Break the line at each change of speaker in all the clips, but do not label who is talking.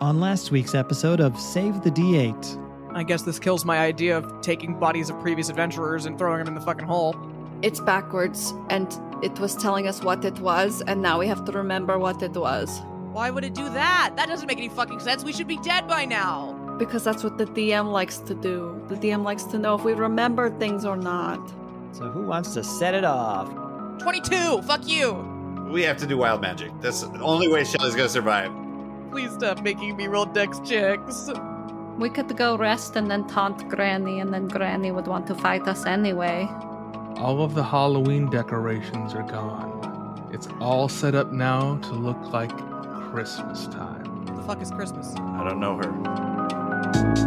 on last week's episode of Save the D8.
I guess this kills my idea of taking bodies of previous adventurers and throwing them in the fucking hole.
It's backwards, and it was telling us what it was, and now we have to remember what it was.
Why would it do that? That doesn't make any fucking sense. We should be dead by now.
Because that's what the DM likes to do. The DM likes to know if we remember things or not.
So, who wants to set it off?
22. Fuck you.
We have to do wild magic. That's the only way Shelly's gonna survive.
Please stop making me roll dex checks.
We could go rest and then taunt Granny, and then Granny would want to fight us anyway.
All of the Halloween decorations are gone. It's all set up now to look like Christmas time.
The fuck is Christmas?
I don't know her.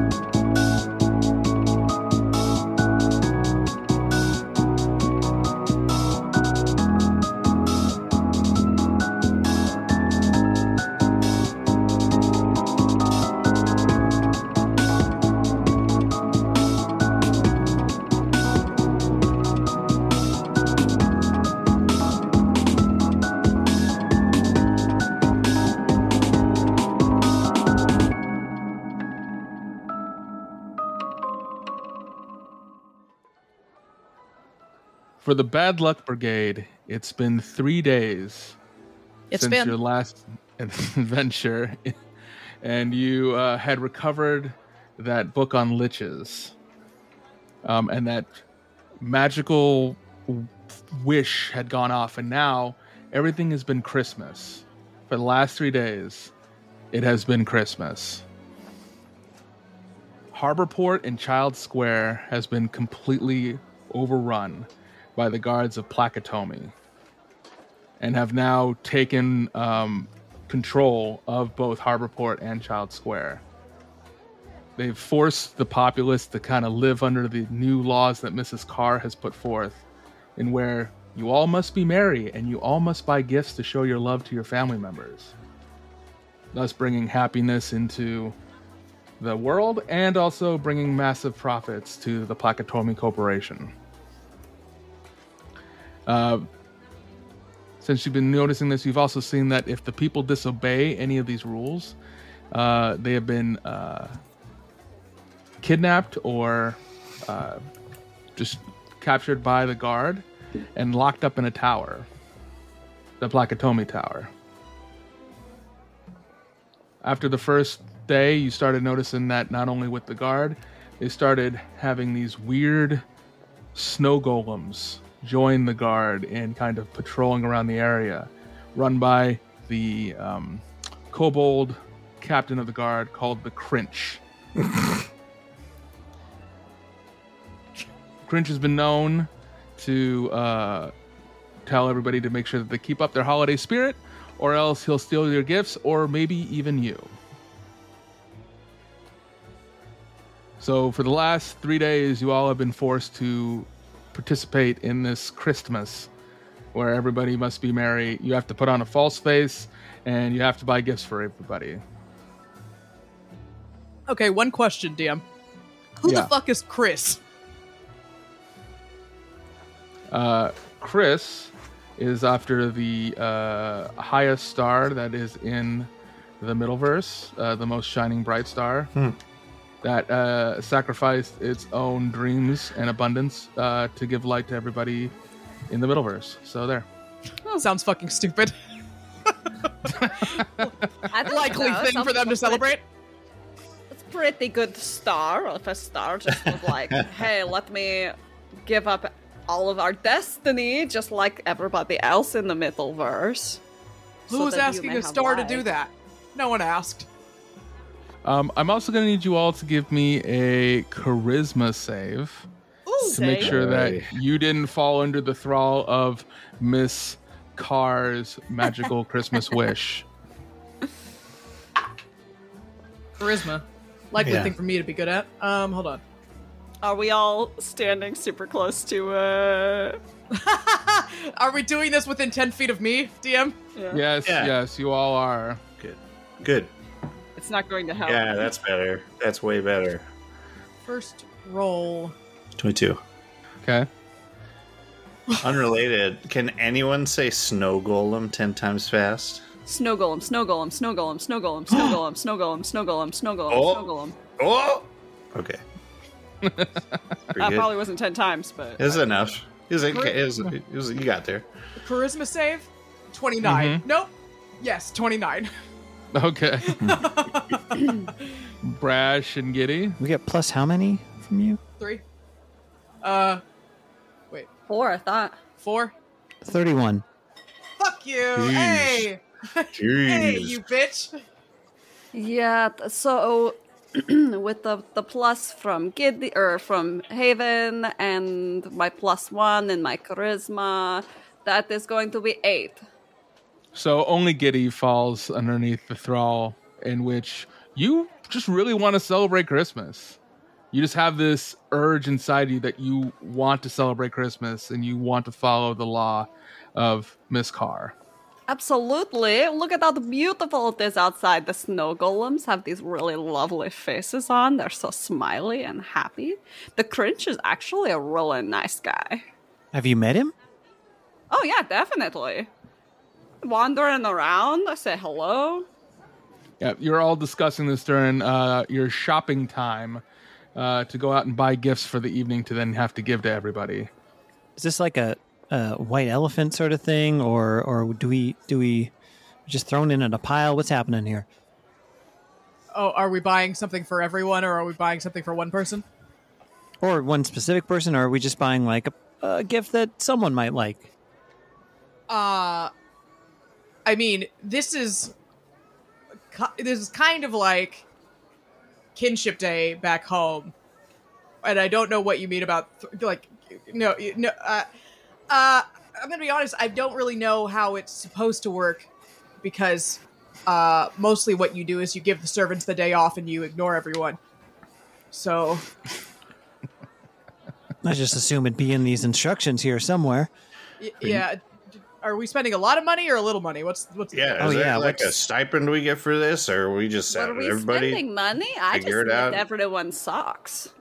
For the Bad Luck Brigade, it's been three days
It's
since
been-
your last adventure, and you uh, had recovered that book on liches, um, and that magical w- wish had gone off, and now everything has been Christmas. For the last three days, it has been Christmas. Harborport and Child Square has been completely overrun by the guards of Plakatomi and have now taken um, control of both Harborport and Child Square. They've forced the populace to kind of live under the new laws that Mrs. Carr has put forth, in where you all must be merry and you all must buy gifts to show your love to your family members, thus bringing happiness into the world and also bringing massive profits to the Plakatomi Corporation. Uh, since you've been noticing this, you've also seen that if the people disobey any of these rules, uh, they have been uh, kidnapped or uh, just captured by the guard and locked up in a tower, the Plakatomi Tower. After the first day, you started noticing that not only with the guard, they started having these weird snow golems join the guard and kind of patrolling around the area, run by the um, kobold captain of the guard called the Crinch. Crinch has been known to uh, tell everybody to make sure that they keep up their holiday spirit, or else he'll steal your gifts, or maybe even you. So, for the last three days, you all have been forced to participate in this Christmas where everybody must be merry. You have to put on a false face and you have to buy gifts for everybody.
Okay, one question, DM. Who
Yeah.
the fuck is Chris?
Uh, Chris is after the uh, highest star that is in the middle verse, uh, the most shining bright star that uh, sacrificed its own dreams and abundance uh, to give light to everybody in the middle verse. So, there.
Sounds fucking stupid.
I don't
Likely
know,
thing for
something
them to
like
celebrate.
It's pretty good star if a star just was like, hey, let me give up all of our destiny, just like everybody else in the middle verse.
Who
so
was
that you
asking
may
a
have
star to
life."
do that? No one asked.
Um, I'm also going to need you all to give me a charisma save to make
Save?
sure that
Aye.
you didn't fall under the thrall of Miss Carr's magical Christmas wish.
Charisma. Likely
Yeah.
thing for me to be good at. Um, hold on.
Are we all standing super close to uh
Are we doing this within 10 feet of me, DM?
Yes,
Yeah.
yes, you all are.
Good. Good.
it's not going to help.
Yeah, that's better. That's way better.
First roll.
22.
Okay.
Unrelated. Can anyone say snow golem 10 times fast?
Snow golem, snow golem, snow golem, snow golem, snow golem, snow golem, snow golem, snow golem, snow golem.
Oh, oh. Okay. Pretty
That
good.
probably wasn't ten times, but
It's enough. It was, okay. it, was, it was- You got there.
Charisma save, 29. Nope. Yes, 29.
Okay. Brash and giddy.
We get plus how many from you?
Three. Uh,
four. I thought.
four.
31.
Fuck you.
Jeez.
Hey. Hey,
Jeez.
you bitch.
Yeah, th- so with the, the plus from Giddy or from Haven and my plus one and my charisma, that is going to be eight.
So only Giddy falls underneath the thrall in which you just really want to celebrate Christmas. You just have this urge inside you that you want to celebrate Christmas and you want to follow the law of Miss Carr.
Absolutely. Look at how beautiful it is outside. The snow golems have these really lovely faces on. They're so smiley and happy. The cringe is actually a really nice guy.
Have you met him?
Oh, yeah, definitely. Wandering around, I say hello.
Yeah, you're all discussing this during uh, your shopping time uh, to go out and buy gifts for the evening to then have to give to everybody.
Is this like a, a white elephant sort of thing or or do we do we just thrown in in a pile? What's happening here?
Oh, are we buying something for everyone or are we buying something for one person?
Or one specific person or are we just buying like a, a gift that someone might like?
uh i mean this is ki- this is kind of like kinship day back home and i don't know what you mean about th- like no you- no uh, uh i'm gonna be honest i don't really know how it's supposed to work because uh mostly what you do is you give the servants the day off and you ignore everyone so
I just assume it'd be in these instructions here somewhere.
y- yeah d- are we spending a lot of money or a little money what's what's
Yeah.
Oh,
Is there
yeah,
like a
what's-
stipend we get for this, or we just
What
sat
are we
everybody?
spending money? I just
figure it
need
out.
everyone socks.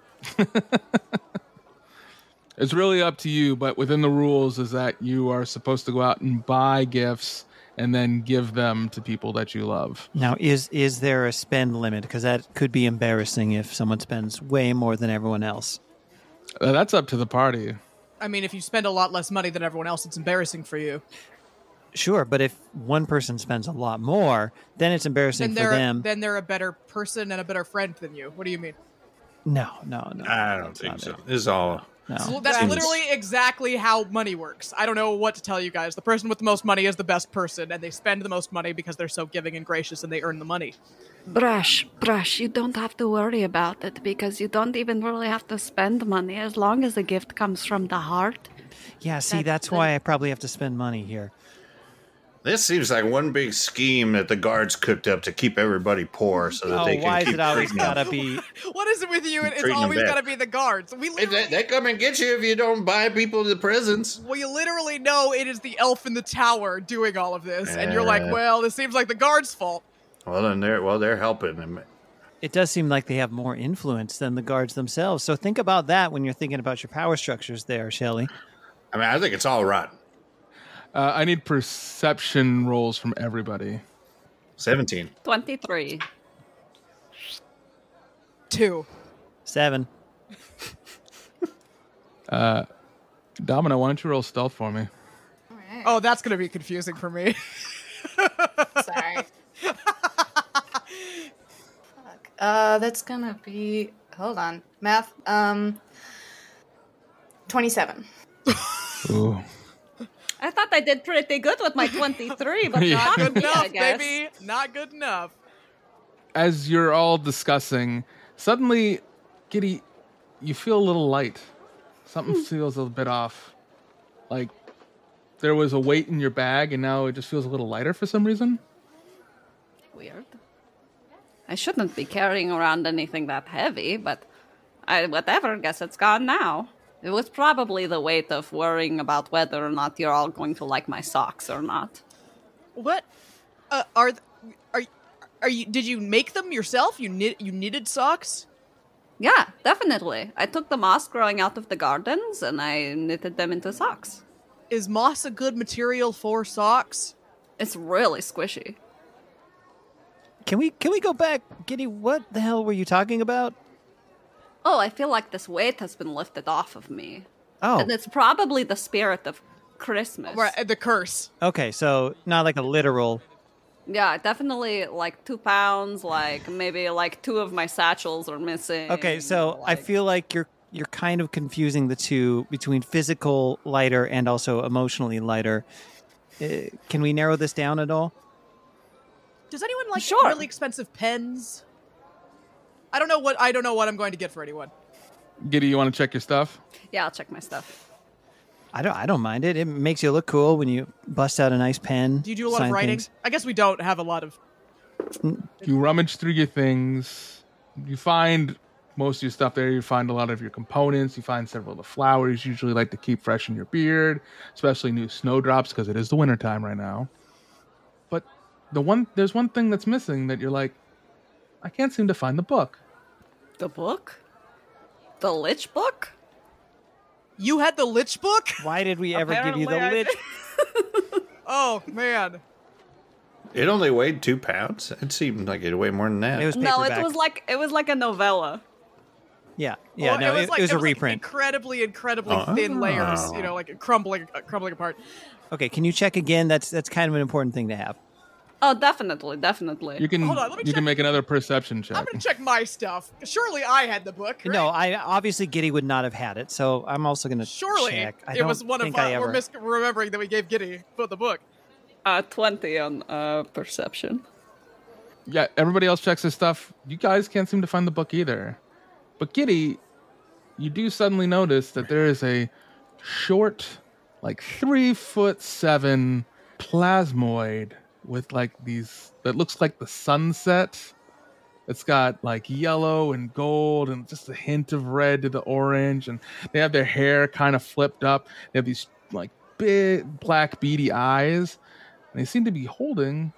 It's really up to you, but within the rules is that you are supposed to go out and buy gifts and then give them to people that you love.
Now, is is there a spend limit? Because that could be embarrassing if someone spends way more than everyone else.
Uh, that's up to the party.
I mean, if you spend a lot less money than everyone else, it's embarrassing for you.
Sure, but if one person spends a lot more, then it's embarrassing
Then
for
they're
them.
then they're a better person and a better friend than you. What do you mean?
no, no, no.
I don't
that's
think
not
so.
it.
This is all.
It's li-
No.
That's
Seems-
literally exactly how money works. I don't know what to tell you guys. The person with the most money is the best person, and they spend the most money because they're so giving and gracious, and they earn the money.
Brush, brush, you don't have to worry about it because you don't even really have to spend money as long as the gift comes from the heart.
Yeah, see, that's,
That's the-
why I probably have to spend money here.
This seems like one big scheme that the guards cooked up to keep everybody poor, so that
Oh,
they can
why is
keep
it always
treating
gotta
them.
be?
What is it with you? It's
Treating them
always
bad.
got to be the guards. We
If
literally,
They, they come and get you if you don't buy people the presents.
we literally know it is the elf in the tower doing all of this, and you're like,
Yeah.
well, this seems like the guards' fault.
Well, then they're well, they're helping them.
It does seem like they have more influence than the guards themselves. So think about that when you're thinking about your power structures, there, Shelley.
I mean, I think it's all rotten.
Uh, I need perception rolls from everybody.
Seventeen.
23.
Two.
Seven.
Domino, why don't you roll stealth for me?
Oh, that's gonna be confusing for me.
Sorry. Fuck. Uh, that's gonna be. Hold on, math. Um, twenty-seven.
Ooh.
I thought I did pretty good with my 23, but
Yeah.
not
Good
me, I
enough,
guess.
baby. Not good enough.
As you're all discussing, suddenly, Giddy, you feel a little light. Something feels a little bit off. Like there was a weight in your bag, and now it just feels a little lighter for some reason.
Weird. I shouldn't be carrying around anything that heavy, but I whatever, guess it's gone now. It was probably the weight of worrying about whether or not you're all going to like my socks or not.
What? Uh, are th- are are you? Did you make them yourself? You knit you knitted socks.
Yeah, definitely. I took the moss growing out of the gardens and I knitted them into socks.
Is moss a good material for socks?
It's really squishy.
Can we can we go back, Giddy? What the hell were you talking about?
Oh, I feel like this weight has been lifted off of me.
Oh,
And it's probably the spirit of Christmas.
Right, the curse.
okay. So not like a literal.
Yeah, definitely like two pounds, like maybe like two of my satchels are missing.
Okay, so I
like-
feel like you're you're kind of confusing the two between physical lighter and also emotionally lighter. Uh, can we narrow this down at all?
Does anyone like
Sure.
really expensive pens? I don't know what I don't know what I'm going to get for anyone.
Giddy, you want to check your stuff?
Yeah, I'll check my stuff.
I don't I don't mind it. It makes you look cool when you bust out a nice pen.
Do you do a lot
sign
of writing?
things.
I guess we don't have a lot of.
You rummage through your things. You find most of your stuff there. You find a lot of your components. You find several of the flowers you usually like to keep fresh in your beard, especially new snowdrops because it is the wintertime right now. But the one there's one thing that's missing that you're like, I can't seem to find the book.
The book? The Lich book?
You had the Lich book?
Why did we ever give you the
Apparently,
lit?
Oh man,
It only weighed two pounds. It seemed like it weighed more than that.
It was
No,
paperback.
it was like it was like a novella.
yeah, yeah.
Oh,
no, it
was like
it was a
like,
reprint. Oh.
incredibly, incredibly thin layers. You know, like crumbling, uh, crumbling apart.
okay, can you check again? That's that's kind of an important thing to have.
Oh, definitely, definitely.
You can
Hold on, let me
you can
check-
make another perception check.
I'm gonna check my stuff. Surely I had the book.
No,
right?
I obviously Giddy would not have had it, so I'm also going to
surely
check. I
it
don't
was one of
think
uh,
I ever.
we're misremembering that we gave Giddy for the book.
Uh, twenty on uh perception.
yeah, everybody else checks his stuff. You guys can't seem to find the book either. But Giddy, you do suddenly notice that there is a short, like three foot seven plasmoid with like these that looks like the sunset. It's got like yellow and gold and just a hint of red to the orange. And they have their hair kind of flipped up. They have these like big black beady eyes. And they seem to be holding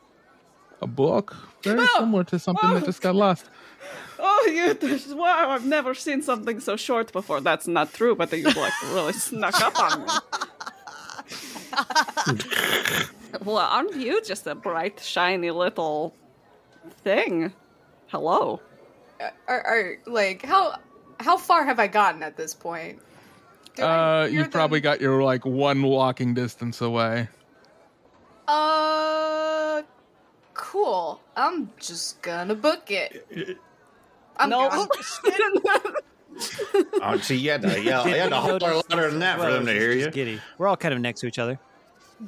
a book very similar to something that just got lost.
Oh, you! Wow, I've never seen something so short before. That's not true, but you like really snuck up on me. well, aren't you just a bright, shiny little thing? Hello.
Uh, Are, are like how how far have I gotten at this point? Do I
Uh,
hear
you've probably
them?
got your like one walking distance away.
Uh, cool. I'm just gonna book it. I'm
No.
gone.
oh, see, you had to yell. You had to holler louder than that for
Well,
them to
it's
hear
just
you.
Giddy. We're all kind of next to each other.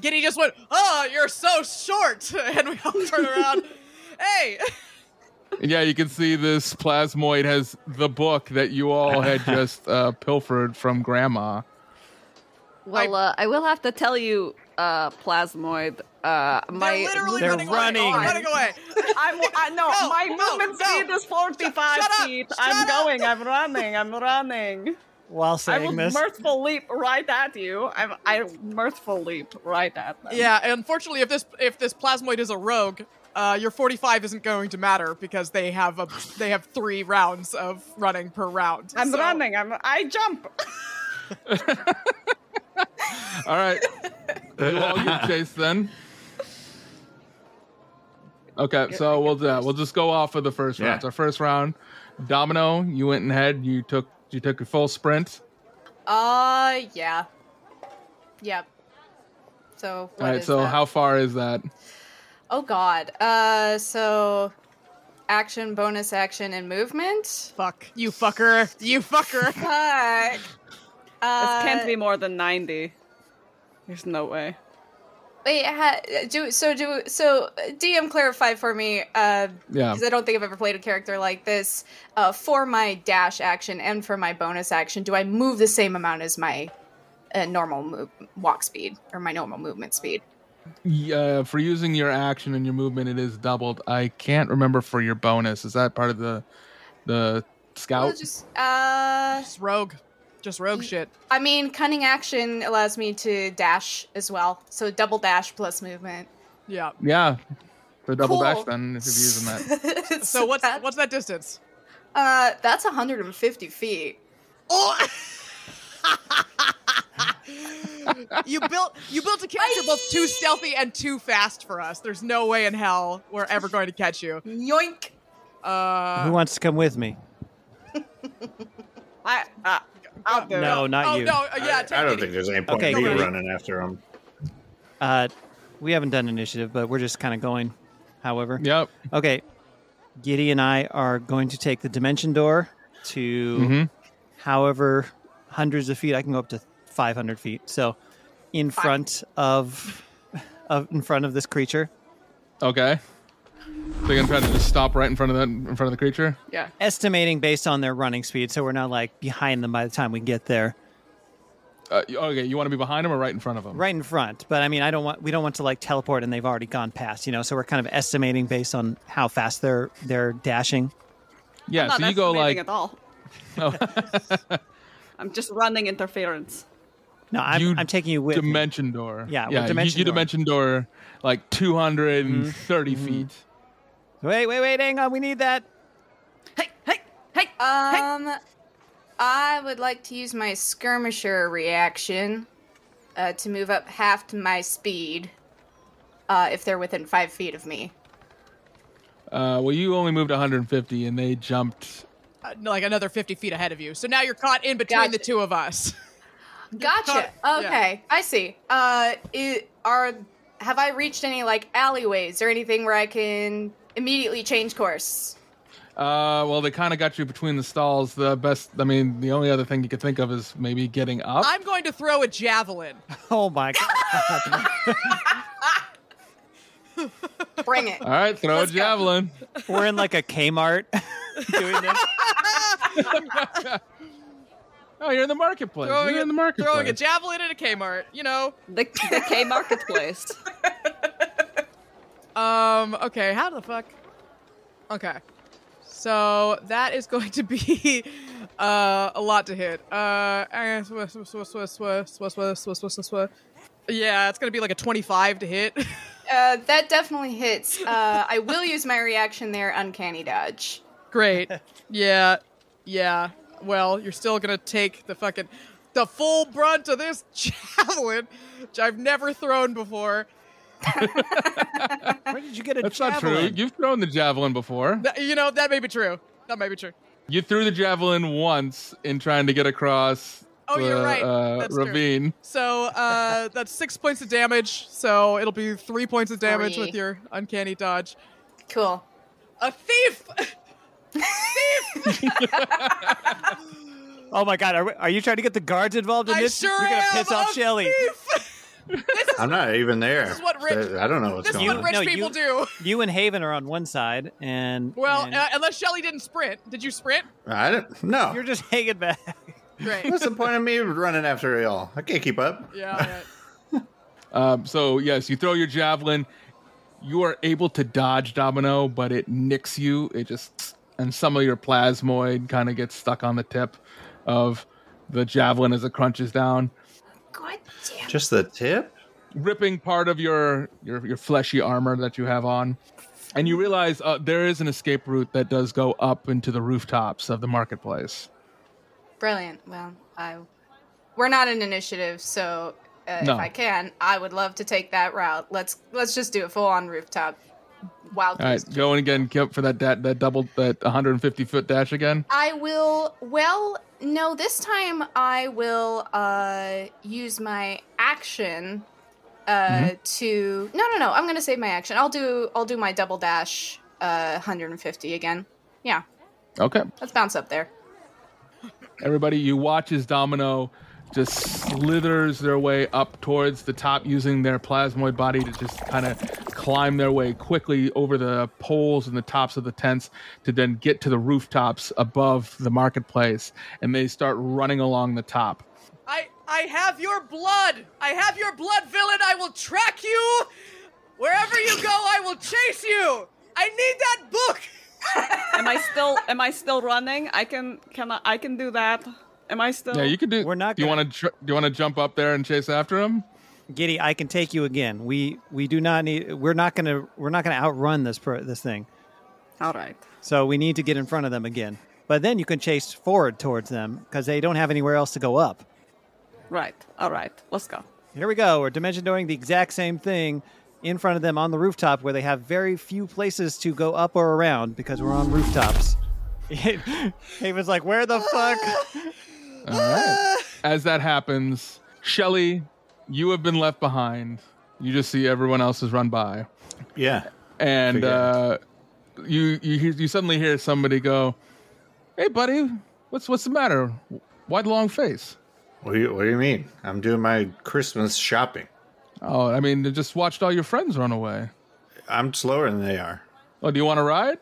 Giddy just went, "Oh, you're so short," and we all turn around. hey,
Yeah, you can see this plasmoid has the book that you all had just uh, pilfered from Grandma.
Well, uh, I will have to tell you, uh, Plasmoid. Uh, my
they're literally
They're
running,
running.
away. Running away.
I'm, I know
No,
my
no,
movement
no.
speed is 45
Shut up,
feet.
shut
I'm
up.
going. I'm running. I'm running.
While
I
saying
will
this,
mirthful leap right at you. I'm I mirthful leap right at them.
Yeah, and unfortunately, if this if this plasmoid is a rogue, uh, your 45 isn't going to matter because they have a they have three rounds of running per round.
I'm
So-
running. I'm I jump.
All right, you all get chased then. Okay, so we'll uh, we'll just go off of the first round.
Yeah.
round. Our first round, Domino, you went ahead. You took you took your full sprint.
Uh, yeah, yep. So what
all right,
is
so
that?
how far is that?
Oh God. Uh, so action, bonus action, and movement.
Fuck you, fucker! You fucker!
Fuck. Uh,
more than 90. There's no way.
Wait, ha, do so do so. uh, DM clarify for me, because
Yeah,
I don't think I've ever played a character like this. Uh, for my dash action and for my bonus action, do I move the same amount as my uh, normal move, walk speed or my normal movement speed?
Yeah, uh, for using your action and your movement, it is doubled. I can't remember for your bonus. Is that part of the
Well,
the scout?
just uh,
Just rogue, just rogue shit.
I mean, cunning action allows me to dash as well, so double dash plus movement.
Yeah.
Yeah, the double
Cool.
dash. Then if you're using that,
So what's
that,
what's that distance?
uh, that's 150 feet.
Oh! you built you built a character both too stealthy and too fast for us. There's no way in hell we're ever going to catch you.
Yoink.
Uh,
Who wants to come with me?
I, uh,
I'll do
No, not
oh,
you.
No, uh, yeah,
I-
take
I, don't
it
think there's any point
Okay,
in me
Nobody.
running after him.
Uh, we haven't done initiative, but we're just kind of going. However,
Yep.
okay, Giddy and I are going to take the dimension door to
Mhm.
Mm-hmm.
however hundreds of feet. I can go up to 500 feet. So, in front of, of in front of this creature,
Okay. So you're gonna try to just stop right in front of that in front of the creature?
Yeah.
estimating based on their running speed, so we're not like behind them by the time we get there.
Uh, you- okay, you want to be behind him or right in front of him?
Right in front, but I mean, I don't want we don't want to like teleport and they've already gone past, you know. So we're kind of estimating based on how fast they're they're dashing.
Yeah.
not
so you go
estimating
like Oh.
at all. I'm just running interference.
No, I'm,
You
I'm taking you with me.
dimension door.
Yeah, we're
Yeah. you-
dimension
you,
door. Mm-hmm.
dimension door like 230 feet.
Wait, wait, wait, hang on. We need that.
Hey, hey, hey!
Um, I would like to use my skirmisher reaction uh, to move up half to my speed uh, if they're within five feet of me.
Uh, well, you only moved 150, and they jumped.
uh, like another 50 feet ahead of you. So now you're caught in between
Gotcha.
the two of us.
Gotcha.
Got it.
Okay, I see. Uh, it, are have I reached any like alleyways or anything where I can immediately change course?
Uh, well, they kind of got you between the stalls. The best, I mean, the only other thing you could think of is maybe getting up.
I'm going to throw a javelin.
Oh my god.
Bring it.
All right, throw a javelin.
we're in like a Kmart doing this.
Oh, you're in the marketplace.
Throwing,
you're in the
a,
marketplace.
throwing a javelin at a Kmart, you know.
The, the K marketplace.
Um, okay, how the fuck? Okay. So that is going to be uh, a lot to hit. Uh, eh, swa- swa- swa- swa- swa- swa- swa- swa- swa- swa- swa. yeah, it's going to be like a 25 to hit.
Uh, that definitely hits. Uh, I will use my reaction there, uncanny dodge.
Great. Yeah. Yeah. Well, you're still gonna take the fucking the full brunt of this javelin, which I've never thrown before.
Where did you get a
That's not
javelin?
true. You've thrown the javelin before.
That- you know that may be true. That may be true.
You threw the javelin once in trying to get across
Oh,
the
you're right.
uh,
That's true.
ravine.
So uh, that's six points of damage. So it'll be three points of damage
Three.
with your uncanny dodge.
Cool.
A thief.
oh my god, are, we- are you trying to get the guards involved in
I
this?
sure
You're gonna
am. Oh,
piss off
a
Shelly.
thief!
I'm not even there.
This is what rich-
I don't know what's
This is what
going on.
rich
No,
people
you-
do.
You and Haven are on one side, and
Well,
and
uh, unless Shelly didn't sprint. Did you sprint?
I don't. No.
you're just hanging back.
Great.
What's the point of me running after y'all? I can't keep up.
yeah. all right.
Um, so yes, you throw your javelin. You are able to dodge Domino, but it nicks you. It just and some of your plasmoid kind of gets stuck on the tip of the javelin as it crunches down,
God damn.
Just the tip.
ripping part of your your, your fleshy armor that you have on. And you realize uh, there is an escape route that does go up into the rooftops of the marketplace.
Brilliant. Well, I we're not an initiative, so uh,
No.
if I can, I would love to take that route. Let's let's just do a full on rooftop. Wild
All right,
goose.
going again, Kip, for that that, that double that 150 foot dash again.
I will. Well, no, this time I will uh, use my action uh,
Mm-hmm.
to. No, no, no. I'm gonna save my action. I'll do. I'll do my double dash. Uh, 150 again. Yeah,
Okay,
let's bounce up there.
Everybody, you watch as Domino just slithers their way up towards the top using their plasmoid body to just kind of climb their way quickly over the poles and the tops of the tents to then get to the rooftops above the marketplace. And they start running along the top.
I I have your blood. I have your blood, villain. I will track you wherever you go. I will chase you. I need that book.
Am I still? Am I still running? I can. Can I? I can do that. Am I still?
Yeah, you could do.
We're not
Do you
gonna-
want to? Tr- do you want to jump up there and chase after him?
Giddy, I can take you again. We we do not need. We're not gonna we're not gonna outrun this pro, this thing.
All right.
So we need to get in front of them again. But then you can chase forward towards them because they don't have anywhere else to go up.
Right. All right. Let's go.
here we go. We're dimension dooring the exact same thing in front of them on the rooftop where they have very few places to go up or around because we're on rooftops. Haven's like, where the fuck? Ah!
All right. As that happens, Shelly, you have been left behind. You just see everyone else has run by,
Yeah.
and
Figure.
uh, you you hear- you suddenly hear somebody go, "Hey, buddy, what's what's the matter? Why the long face?"
What do you What do you mean? I'm doing my Christmas shopping.
Oh, I mean, they just watched all your friends run away.
I'm slower than they are.
Oh, do you want to ride?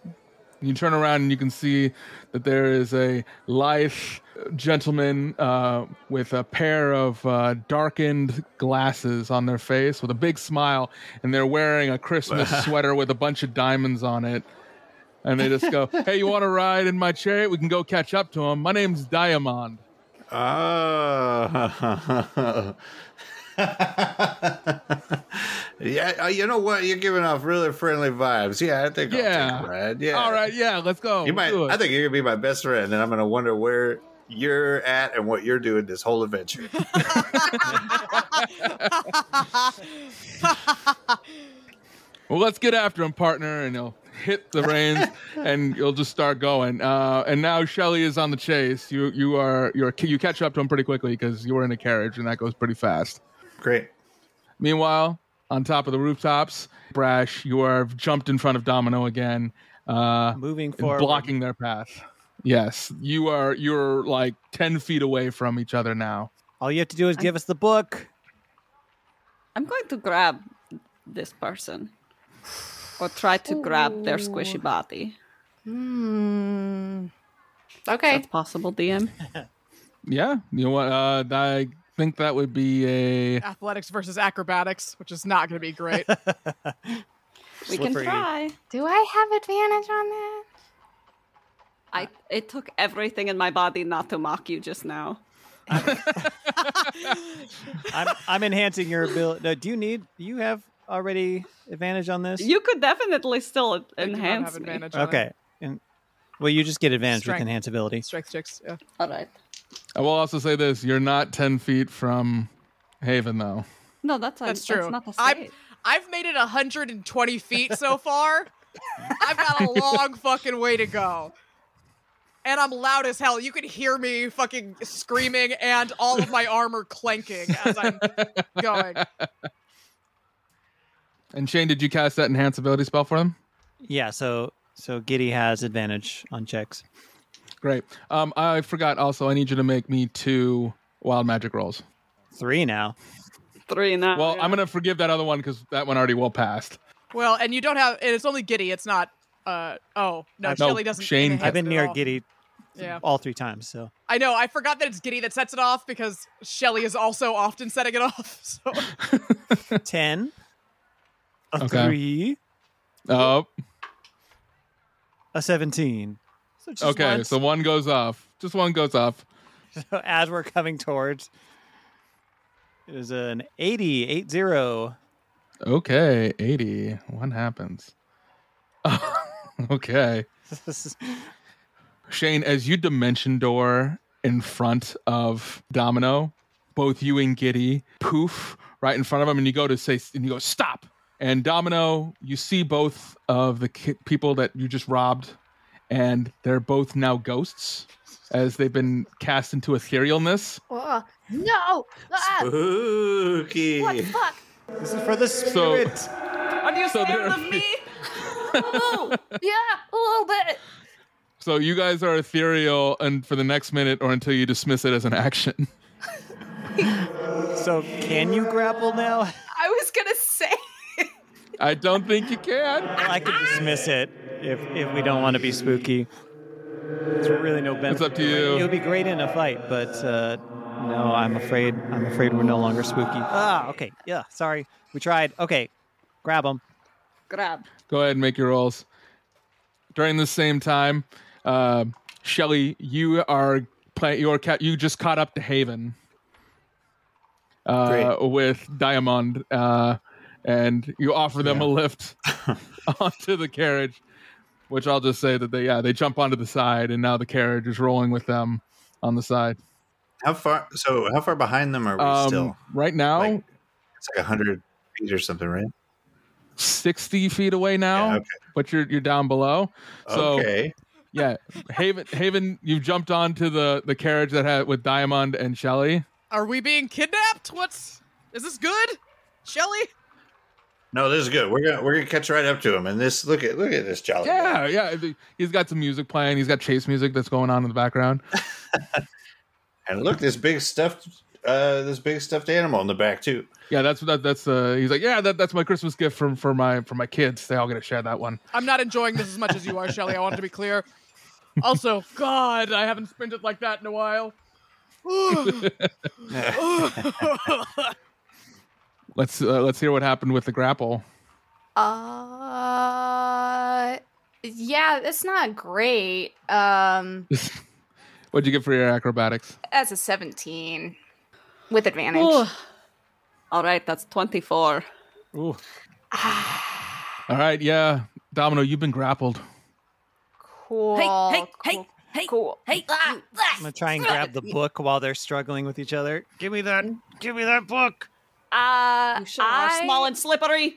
You turn around and you can see that there is a lithe gentleman uh, with a pair of uh, darkened glasses on their face with a big smile, and they're wearing a Christmas sweater with a bunch of diamonds on it. And they just go, Hey, you want to ride in my chariot? We can go catch up to him. My name's Diamond.
Oh. yeah, uh, you know what? You're giving off really friendly vibes. Yeah, I think I'll
Yeah.
take a ride. Yeah.
All right, yeah, let's go.
You might.
Do it.
I think you're gonna be my best friend, and I'm gonna wonder where you're at and what you're doing this whole adventure.
Well, let's get after him, partner, and he'll hit the reins, and you'll just start going. Uh, and now Shelly is on the chase. You you are you're you catch up to him pretty quickly because you were in a carriage, and that goes pretty fast.
Great.
Meanwhile, on top of the rooftops, Brash, you are jumped in front of Domino again, uh,
Moving
and
forward.
blocking their path. Yes, you are. You're like ten feet away from each other now.
All you have to do is give us the book.
I'm going to grab this person. Or try to grab their squishy body.
Hmm. Okay.
That's possible, DM.
Yeah, you know what? Uh, I think that would be a
Athletics versus acrobatics, which is not going to be great.
We can
Slippery.
try.
Do I have advantage on that?
I it took everything in my body not to mock you just now.
I'm, I'm enhancing your ability. No, do you need? You have already advantage on this.
You could definitely still
I do not
enhance
have
me.
advantage on it.
okay? And well, you just get advantage
Strength.
with enhance ability.
Strength checks. Yeah.
All right.
I will also say this: you're not ten feet from Haven, though.
No, that's a,
That's true.
not a
I'm,
save.
I've made it 120 feet so far. I've got a long fucking way to go. And I'm loud as hell. You can hear me fucking screaming and all of my armor clanking as I'm going.
And Shane, did you cast that enhance ability spell for them?
Yeah. So so Giddy has advantage on checks.
Great. Um, I forgot. Also, I need you to make me two wild magic rolls.
Three now.
Three now.
Well, I'm gonna forgive that other one because that one already well passed.
Well, and you don't have, and it's only Giddy. It's not, uh, oh, no,
Uh, no,
Shelly doesn't.
Shane-
enhance
I've been
it at
near
all.
Giddy
Yeah.
all three times. So
I know. I forgot that it's Giddy that sets it off because Shelly is also often setting it off. So
ten, a
Okay.
three,
Oh,
a seventeen. So just
okay.
once.
So one goes off. Just one goes off.
So as we're coming towards, it is an 80, 80.
Okay, eighty. One happens. okay. Shane, as you dimension door in front of Domino, both you and Giddy poof right in front of him, and you go to say, and you go stop. And Domino, you see both of the ki- people that you just robbed, and they're both now ghosts, as they've been cast into etherealness.
Oh, no. Ah,
Spooky.
what the fuck?
this is for the
So-
spirit.
Are you
So there-
scared of me?
Yeah, a little bit.
So you guys are ethereal, and for the next minute or until you dismiss it as an action.
So can you grapple now?
I was gonna say.
I don't think you can.
I could dismiss it if, if we don't want to be spooky. It's really no benefit.
up to you.
It would be great in a fight, but uh, no, I'm afraid I'm afraid we're no longer spooky. Ah, okay. Yeah, sorry. We tried. Okay. Grab them.
Grab.
Go ahead and make your rolls. During the same time, uh, Shelly, you are play your cat. You just caught up to Haven uh, with Diamond, uh, and you offer them a lift onto the carriage. Which I'll just say that they yeah they jump onto the side, and now the carriage is rolling with them on the side.
How far? So how far behind them are we
Um,
still?
Right now,
Like- It's like 100 feet or something, right?
60 feet away now,
Yeah, okay.
but you're you're down below. So
okay.
yeah, Haven, Haven, you've jumped onto the the carriage that had with Diamond and Shelly.
Are we being kidnapped? What's is this good, Shelly?
No, this is good. We're gonna we're gonna catch right up to him. And this look at look at this
Oh,
jolly. guy.
Yeah, yeah. He's got some music playing. He's got chase music that's going on in the background.
And look, this big stuffed uh this big stuffed animal in the back too.
Yeah, that's that, that's uh he's like, "Yeah, that, that's my Christmas gift from for my for my kids. They all get to share that one."
I'm not enjoying this as much as you are, Shelly. I want to be clear. Also, God, I haven't sprinted like that in a while.
Let's uh, let's hear what happened with the grapple.
Uh, yeah, that's not great. Um,
What'd you get for your acrobatics?
that's a 17 with advantage.
Ooh. All right, that's 24.
Ooh. all right, yeah. Domino, you've been grappled.
Cool.
hey, hey,
cool,
hey,
cool.
Hey, ah, ah.
I'm gonna try and grab the book while they're struggling with each other. Give me that! Give me that book!
Uh,
You sure are
I-
small and slippery.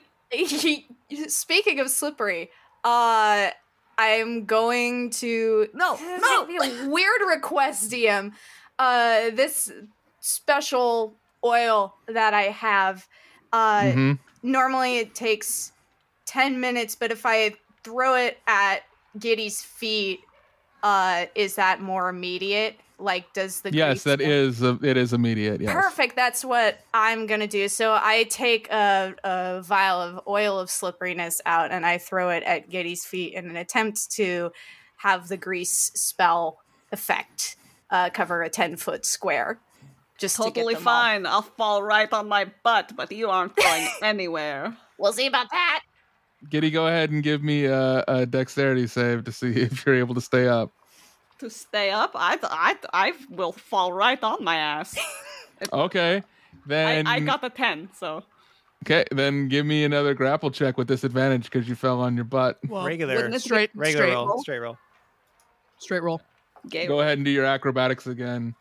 Speaking of slippery, uh, I'm going to
No,
This
no.
might be a weird request, DM. Uh, this special oil that I have. Uh,
hmm
Normally it takes ten minutes, but if I throw it at Giddy's feet, uh, is that more immediate? Like, does the grease-
Yes, that is uh, it is immediate. Yes.
Perfect. That's what I'm gonna do. So I take a, a vial of oil of slipperiness out and I throw it at Giddy's feet in an attempt to have the grease spell effect uh, cover a ten foot square. Just to get
Totally
them all.
fine. I'll fall right on my butt, but you aren't going anywhere.
We'll see about that.
Giddy, go ahead and give me a, a dexterity save to see if you're able to stay up.
To stay up, I I I will fall right on my ass.
Okay.
I,
Then
I got the 10, so
Okay, then give me another grapple check with disadvantage because you fell on your butt.
Well,
Regular.
wouldn't it straight,
Regular
straight
roll,
roll,
straight roll.
straight roll.
gave
Go ahead and do your acrobatics again.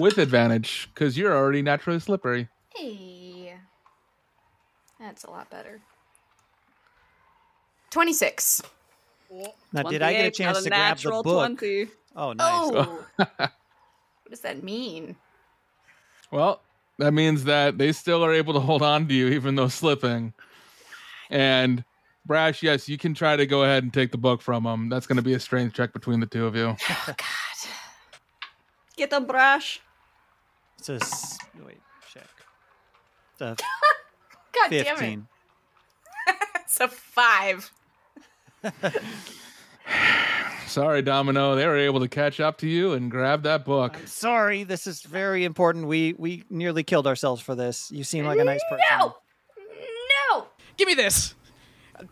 With advantage, because you're already naturally slippery.
Hey, that's a lot better. Twenty six.
Now, did I get a
28, not
chance
a
to grab the
natural
book?
20.
Oh, nice.
Oh, what does that mean?
Well, that means that they still are able to hold on to you even though slipping. And Brash, yes, you can try to go ahead and take the book from them. That's going to be a strength check between the two of you.
Get a brush.
It's a s- wait check. It's a
God damn it!
fifteen.
It's a five.
Sorry, Domino. They were able to catch up to you and grab that book.
I'm sorry. This is very important. We we nearly killed ourselves for this. You seem like a nice person.
No, no.
Give me this.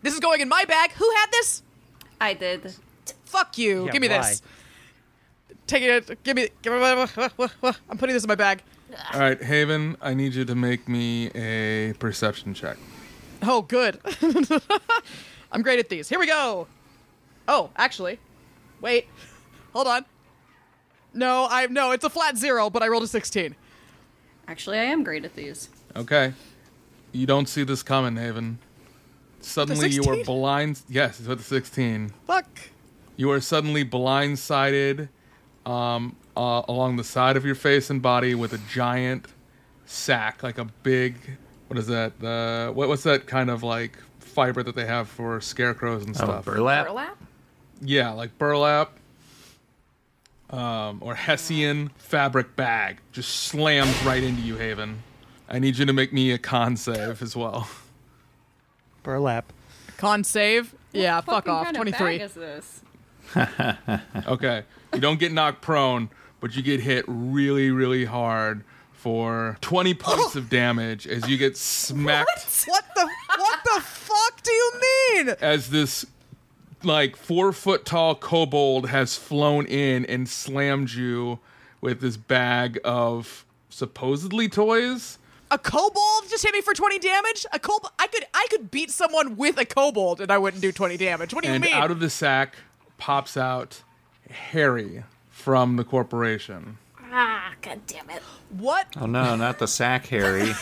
This is going in my bag. Who had this?
I did.
Fuck you.
Yeah,
give me this. Take it. Give me. Give me. I'm putting this in my bag.
All right, Haven, I need you to make me a perception check.
Oh, good. I'm great at these. Here we go. Oh, actually, wait. Hold on. No, I no. It's a flat zero, but I rolled a sixteen.
Actually, I am great at these.
Okay. You don't see this coming, Haven. Suddenly you are
16?
blind. Yes, it's with the 16.
Fuck.
You are suddenly blindsided um, uh, along the side of your face and body with a giant sack, like a big. What is that? Uh, what, what's that kind of like fiber that they have for scarecrows and stuff?
burlap.
Burlap.
Yeah, like burlap um, or Hessian fabric bag just slammed right into you, Haven. I need you to make me a con save as well.
Burlap.
Con save. yeah. Fuck
Fucking
off.
kind of
Twenty
bag
three.
is this?
Okay. You don't get knocked prone, but you get hit really, really hard for 20 points of damage as you get smacked
What the what the fuck do you mean?
as this like four foot tall kobold has flown in and slammed you with this bag of supposedly toys.
A kobold just hit me for twenty damage. A kobold. I could I could beat someone with a kobold and I wouldn't do twenty damage. What do you
and
mean?
out of the sack pops out Harry from the corporation.
Ah, god damn it.
What?
Oh no, not the sack, Harry.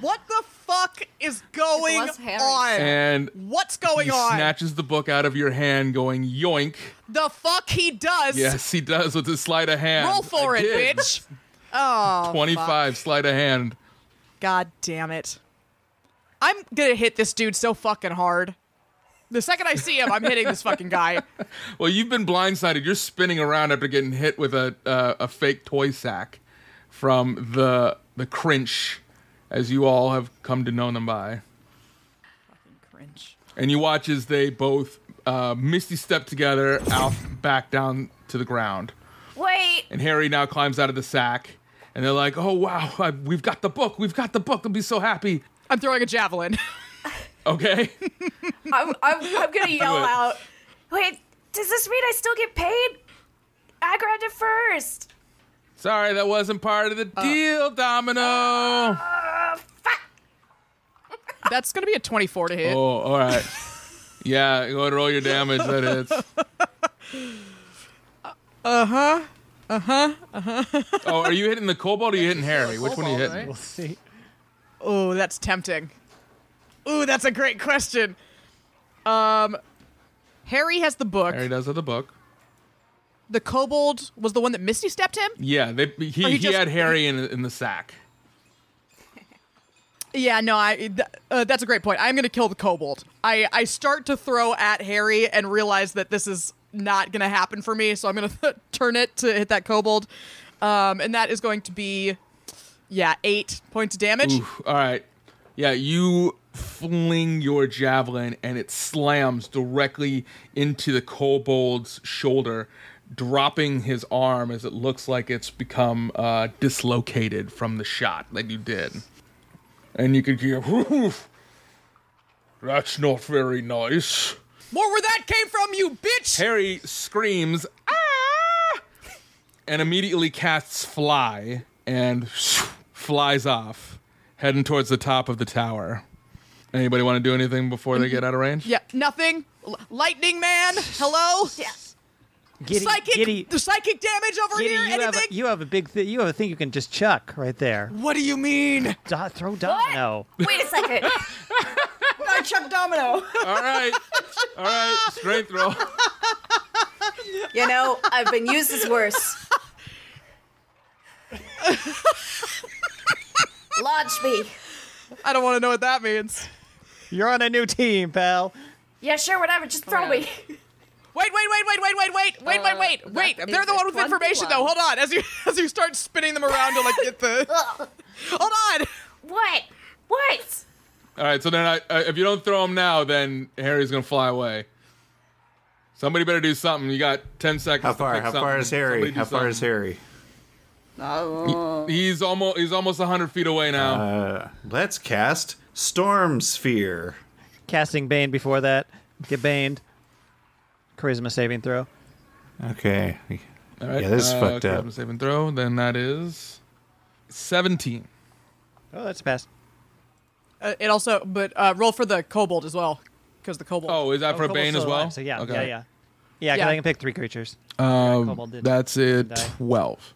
What the fuck is going
was Harry's.
on?
And
What's going
he
on?
snatches the book out of your hand, going yoink.
the fuck he does?
Yes, he does with his sleight of hand.
Roll for
Again.
it, bitch. Oh, fuck.
Twenty-five sleight of hand.
God damn it. I'm gonna hit this dude so fucking hard. The second I see him, I'm hitting this fucking guy.
Well, you've been blindsided. You're spinning around after getting hit with a uh, a fake toy sack from the the cringe, as you all have come to know them by.
Cringe.
And you watch as they both uh, misty step together out back down to the ground.
Wait.
And Harry now climbs out of the sack, and they're like, "Oh wow, I, we've got the book! We've got the book! They'll be so happy."
I'm throwing a javelin.
Okay.
I'm, I'm, I'm gonna yell
it.
out. Wait, does this mean I still get paid? I grabbed it first.
Sorry, that wasn't part of the deal, Domino.
That's gonna be a 24 to hit.
oh, all right. Yeah, go ahead and roll your damage. That hits. Uh huh. Uh huh. Uh huh. oh, are you hitting the kobold or are you hitting Harry? Which one are you hitting?
We'll see.
Ooh, that's tempting. Ooh, that's a great question. Um, Harry has the book.
Harry does have the book.
The kobold was the one that Misty stepped him.
Yeah, they, he, he,
you just-
had Harry in, in the sack.
Yeah, no, I. Th- uh, that's a great point. I'm gonna kill the kobold. I I start to throw at Harry and realize that this is not gonna happen for me, so I'm gonna turn it to hit that kobold, um, and that is going to be, yeah, eight points of damage.
Oof, all right. Yeah, you fling your javelin and it slams directly into the kobold's shoulder, dropping his arm as it looks like it's become uh, dislocated from the shot that you did. And you could hear, "Whoof. that's not very nice.
More where that came from, you bitch!
Harry screams, ah! And immediately casts fly and flies off, heading towards the top of the tower. Anybody want to do anything before they get out of range?
Yeah, nothing. L- Lightning man, hello.
Giddy,
psychic,
giddy,
the psychic damage over
giddy
here.
you,
Anything?
have a, you have a big thing. You have a thing you can just chuck right there.
what do you mean?
Do- throw domino.
Wait a second. I chuck domino.
All right. All right. Strength roll.
You know, I've been used as worse.
Launch me.
I don't want to know what that means.
You're on a new team, pal.
Yeah, sure, whatever. Just throw me.
Wait, wait, wait, wait, wait, wait, wait, wait, wait, wait, wait.
that
They're
is
the
a
one with information, though.
21.
Hold on, as you as you start spinning them around to like get the. Hold on.
What? What?
All right. So then, I, uh, if you don't throw him now, then Harry's gonna fly away. Somebody better do something. You got ten seconds.
How
to
far?
pick
How far
something.
is Harry?
Somebody do
How far is
something.
Harry?
He's almost he's almost hundred feet away now.
Uh, Let's cast Storm Sphere.
Casting Bane before that. Get baned. Charisma saving throw.
Okay.
All right,
Yeah, this is
uh,
fucked up.
charisma Saving throw. Then that is seventeen.
Oh, that's past.
Uh, it also, but uh, roll for the kobold as well, because the kobold.
Oh, is that for
Kobold's
Bane
still
as well?
alive, So yeah,
Okay.
yeah, yeah, yeah. 'cause
Yeah.
I can pick three creatures.
Um,
Kobold did-
that's
did
it.
die.
Twelve.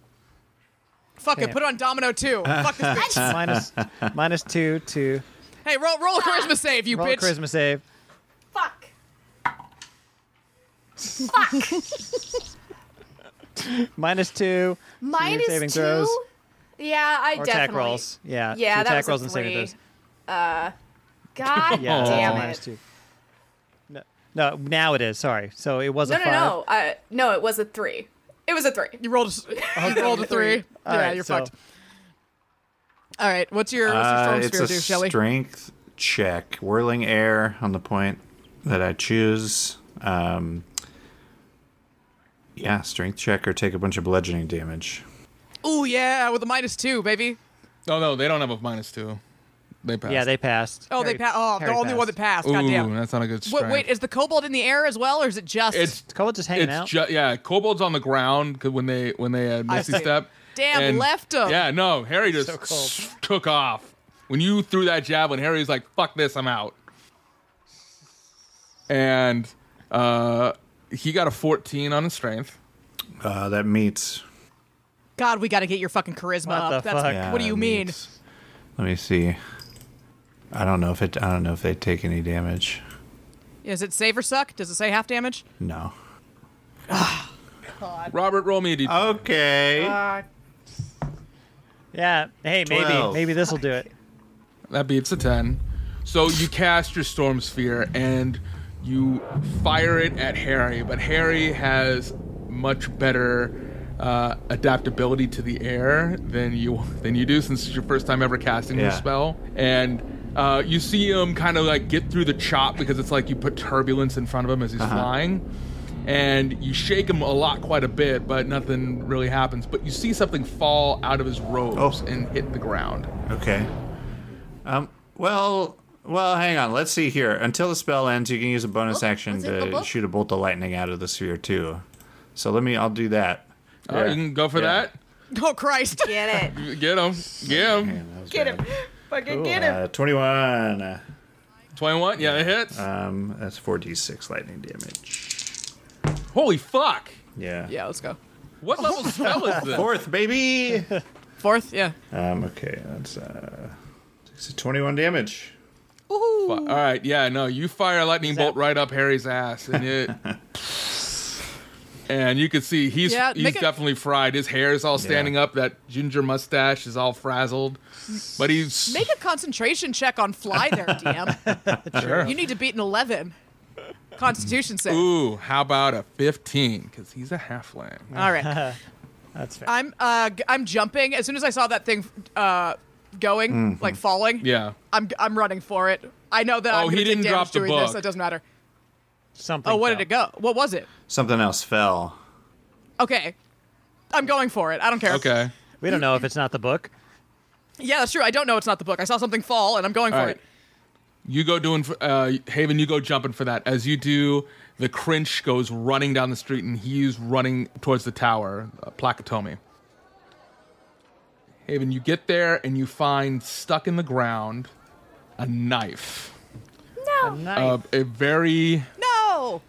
fuck it.
damn.
Put it on Domino too. fuck this bitch.
minus minus two to
Hey, roll roll a charisma save, you
roll a
bitch.
charisma save.
Fuck.
Minus two.
Minus
saving
two.
throws.
Yeah, I
Or
definitely.
attack rolls.
Yeah,
Yeah. two
that
Uh, attack
was a
rolls and saving
three.
throws.
Uh,
God
Oh.
Yeah, that's
damn
all
it.
minus two. No, no, now it is. Sorry. So it was
No,
a
no,
five.
no. Uh, no, it was a three. It was a three.
You rolled. A, s- you rolled a three.
All
yeah,
right,
you're
so-
fucked. All right, what's your, what's your
Uh,
storm
it's
sphere
a
do, Shelly?
strength check. Whirling air on the point that I choose. Um, yeah, strength check or take a bunch of bludgeoning damage.
Ooh, yeah, with a minus two, baby.
Oh, No, no, they don't have a minus two. They passed.
Yeah, they passed.
Oh, they
Harry-
pa- Oh, the
Harry
only one that passed.
Ooh,
Goddamn.
that's not a good
Wait,
strength.
wait, is the kobold in the air as well, or is it just?
it's
Kobold's just hanging
it's
out.
ju- yeah. Kobold's on the ground 'cause when they when they had Misty
see.
step.
Damn,
and-
left him.
Yeah, no, Harry just
So cold.
took off. When you threw that javelin, Harry's like, "Fuck this, I'm out." And uh, He got a 14 on his strength.
Uh, that meets.
God, we got to get your fucking charisma
What the
up. That's,
fuck? Yeah,
what do you mean?
Let me see. I don't know if it. I don't know if they take any damage.
Is it save or suck? Does it say half damage?
No.
Robert, roll me a d.
Uh,
Okay.
yeah. Hey, maybe
Twelve.
maybe this will do it.
That beats a 10. So you cast your Storm Sphere and you fire it at Harry, but Harry has much better uh, adaptability to the air than you than you do since it's your first time ever casting
Yeah.
this spell. And uh, you see him kind of like get through the chop because it's like you put turbulence in front of him as he's
Uh-huh.
flying. And you shake him a lot, quite a bit, but nothing really happens. But you see something fall out of his robes
Oh.
and hit the ground.
Okay. Um. Well. Well, hang on. Let's see here. Until the spell ends, you can use a bonus action
it the
to
book?
shoot a bolt of lightning out of the sphere too. So let me. I'll do that.
Oh, you can go for
Oh Christ!
Get it.
that. Get him. Get him.
Get him. Fucking get him.
Uh, Twenty-one.
21? Yeah, it hits.
Uh,
Um, that's four d six lightning damage.
Holy fuck!
Yeah.
Yeah, let's go.
What level spell is this?
Fourth, baby.
Fourth, yeah.
Um. Okay. That's uh. it's a Twenty-one damage.
Fu- All right, yeah, no, you fire a lightning bolt right up Harry's ass, and it. and you can see he's
Yeah,
he's
make a-
definitely fried. His hair is all standing up. That ginger mustache is all frazzled, but he's
Make a concentration check on fly there, DM.
sure.
You need to beat an eleven. Constitution save.
Ooh, how about a fifteen? Because he's a halfling.
All right.
That's fair.
I'm uh g- I'm jumping as soon as I saw that thing uh going
Mhm.
like falling.
Yeah.
I'm I'm running for it. I know that
Oh,
I'm
he
gonna
didn't
take
drop
damage
the
doing this.
book.
It doesn't matter.
Something.
Oh, what did it go? What was it?
Something else fell.
Okay, I'm going for it. I don't care.
Okay.
We don't know if it's not the book.
Yeah, that's true. I don't know. It's not the book. I saw something fall, and I'm going
All
for
right.
it.
You go doing, for- uh, Haven, you go jumping for that. As you do, the cringe goes running down the street and he's running towards the tower, uh, Plakatomi. Haven, you get there and you find stuck in the ground a knife.
No.
Uh, a very,
no.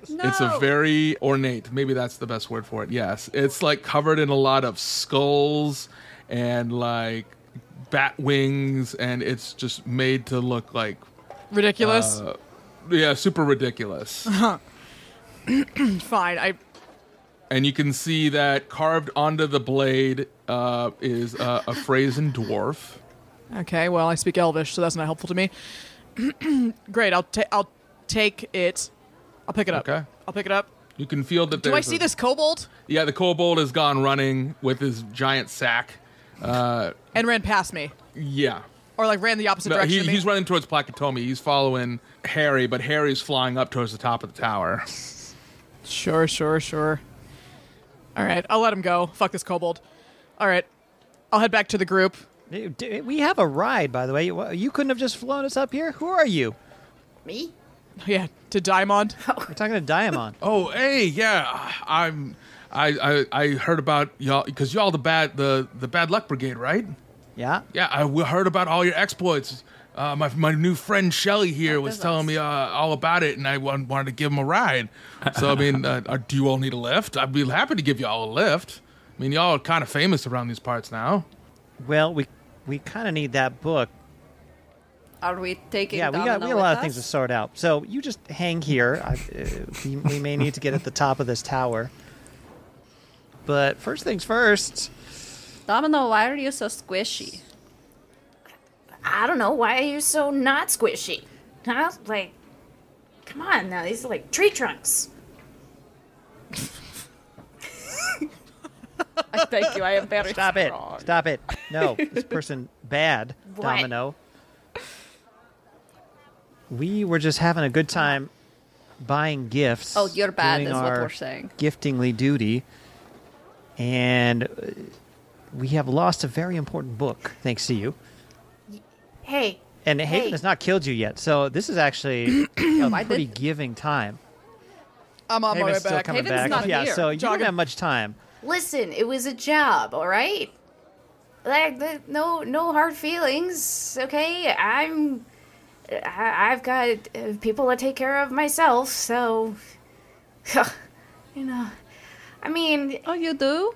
it's a very ornate, maybe that's the best word for it. Yes. It's like covered in a lot of skulls and like bat wings, and it's just made to look like
Ridiculous.
Uh, yeah, super ridiculous.
Fine. I
and you can see that carved onto the blade uh, is uh, a phrasen dwarf.
okay. Well, I speak Elvish, so that's not helpful to me. Great. I'll ta- I'll take it. I'll pick it up.
Okay.
I'll pick it up.
You can feel that.
Do I
there's
see
a-
this kobold?
Yeah, the kobold has gone running with his giant sack. Uh,
And ran past me,
yeah.
or like ran the opposite
No,
direction.
he,
of me.
he's running towards Plakatomi. He's following Harry, but Harry's flying up towards the top of the tower.
Sure, sure, sure. All right, I'll let him go. Fuck this kobold. All right, I'll head back to the group.
Dude, d- We have a ride, by the way. You- You couldn't have just flown us up here. Who are you?
Me?
Yeah, to Diamond.
We're talking to Diamond.
Oh, hey, yeah, I'm. I I, I heard about y'all because y'all the bad the the bad luck brigade, right?
Yeah.
Yeah, I w- heard about all your exploits. Uh, my my new friend Shelly here was telling me uh, all about it, and I wan- wanted to give him a ride. So I mean, uh, uh, do you all need a lift? I'd be happy to give y'all a lift. I mean, y'all are kind of famous around these parts now.
Well, we we kind of need that book.
Are we taking?
yeah, we
Domino
got we got a
with
lot
us?
of things to sort out. So you just hang here. I, uh, we, we may need to get at the top of this tower. But first things first.
Domino, why are you so squishy?
I don't know. Why are you so not squishy? Huh? Like, come on now. These are like tree trunks.
I thank you. I am very
Stop it! Stop it! No, this person bad.
What?
Domino. We were just having a good time buying gifts.
Oh, you're bad
doing
is what
our
we're saying.
Giftingly duty, and uh, we have lost a very important book thanks to you.
Hey.
And Haven
Hey.
has not killed you yet, so this is actually a
did-
pretty giving time.
I'm on
Haven's
my way
still
back.
coming back. yeah, so you don't
Jogging.
have much time.
Listen, it was a job, all right? Like, th- no, no hard feelings, okay? I'm I, I've got uh, people to take care of myself, so. you know. I mean.
Oh, you do?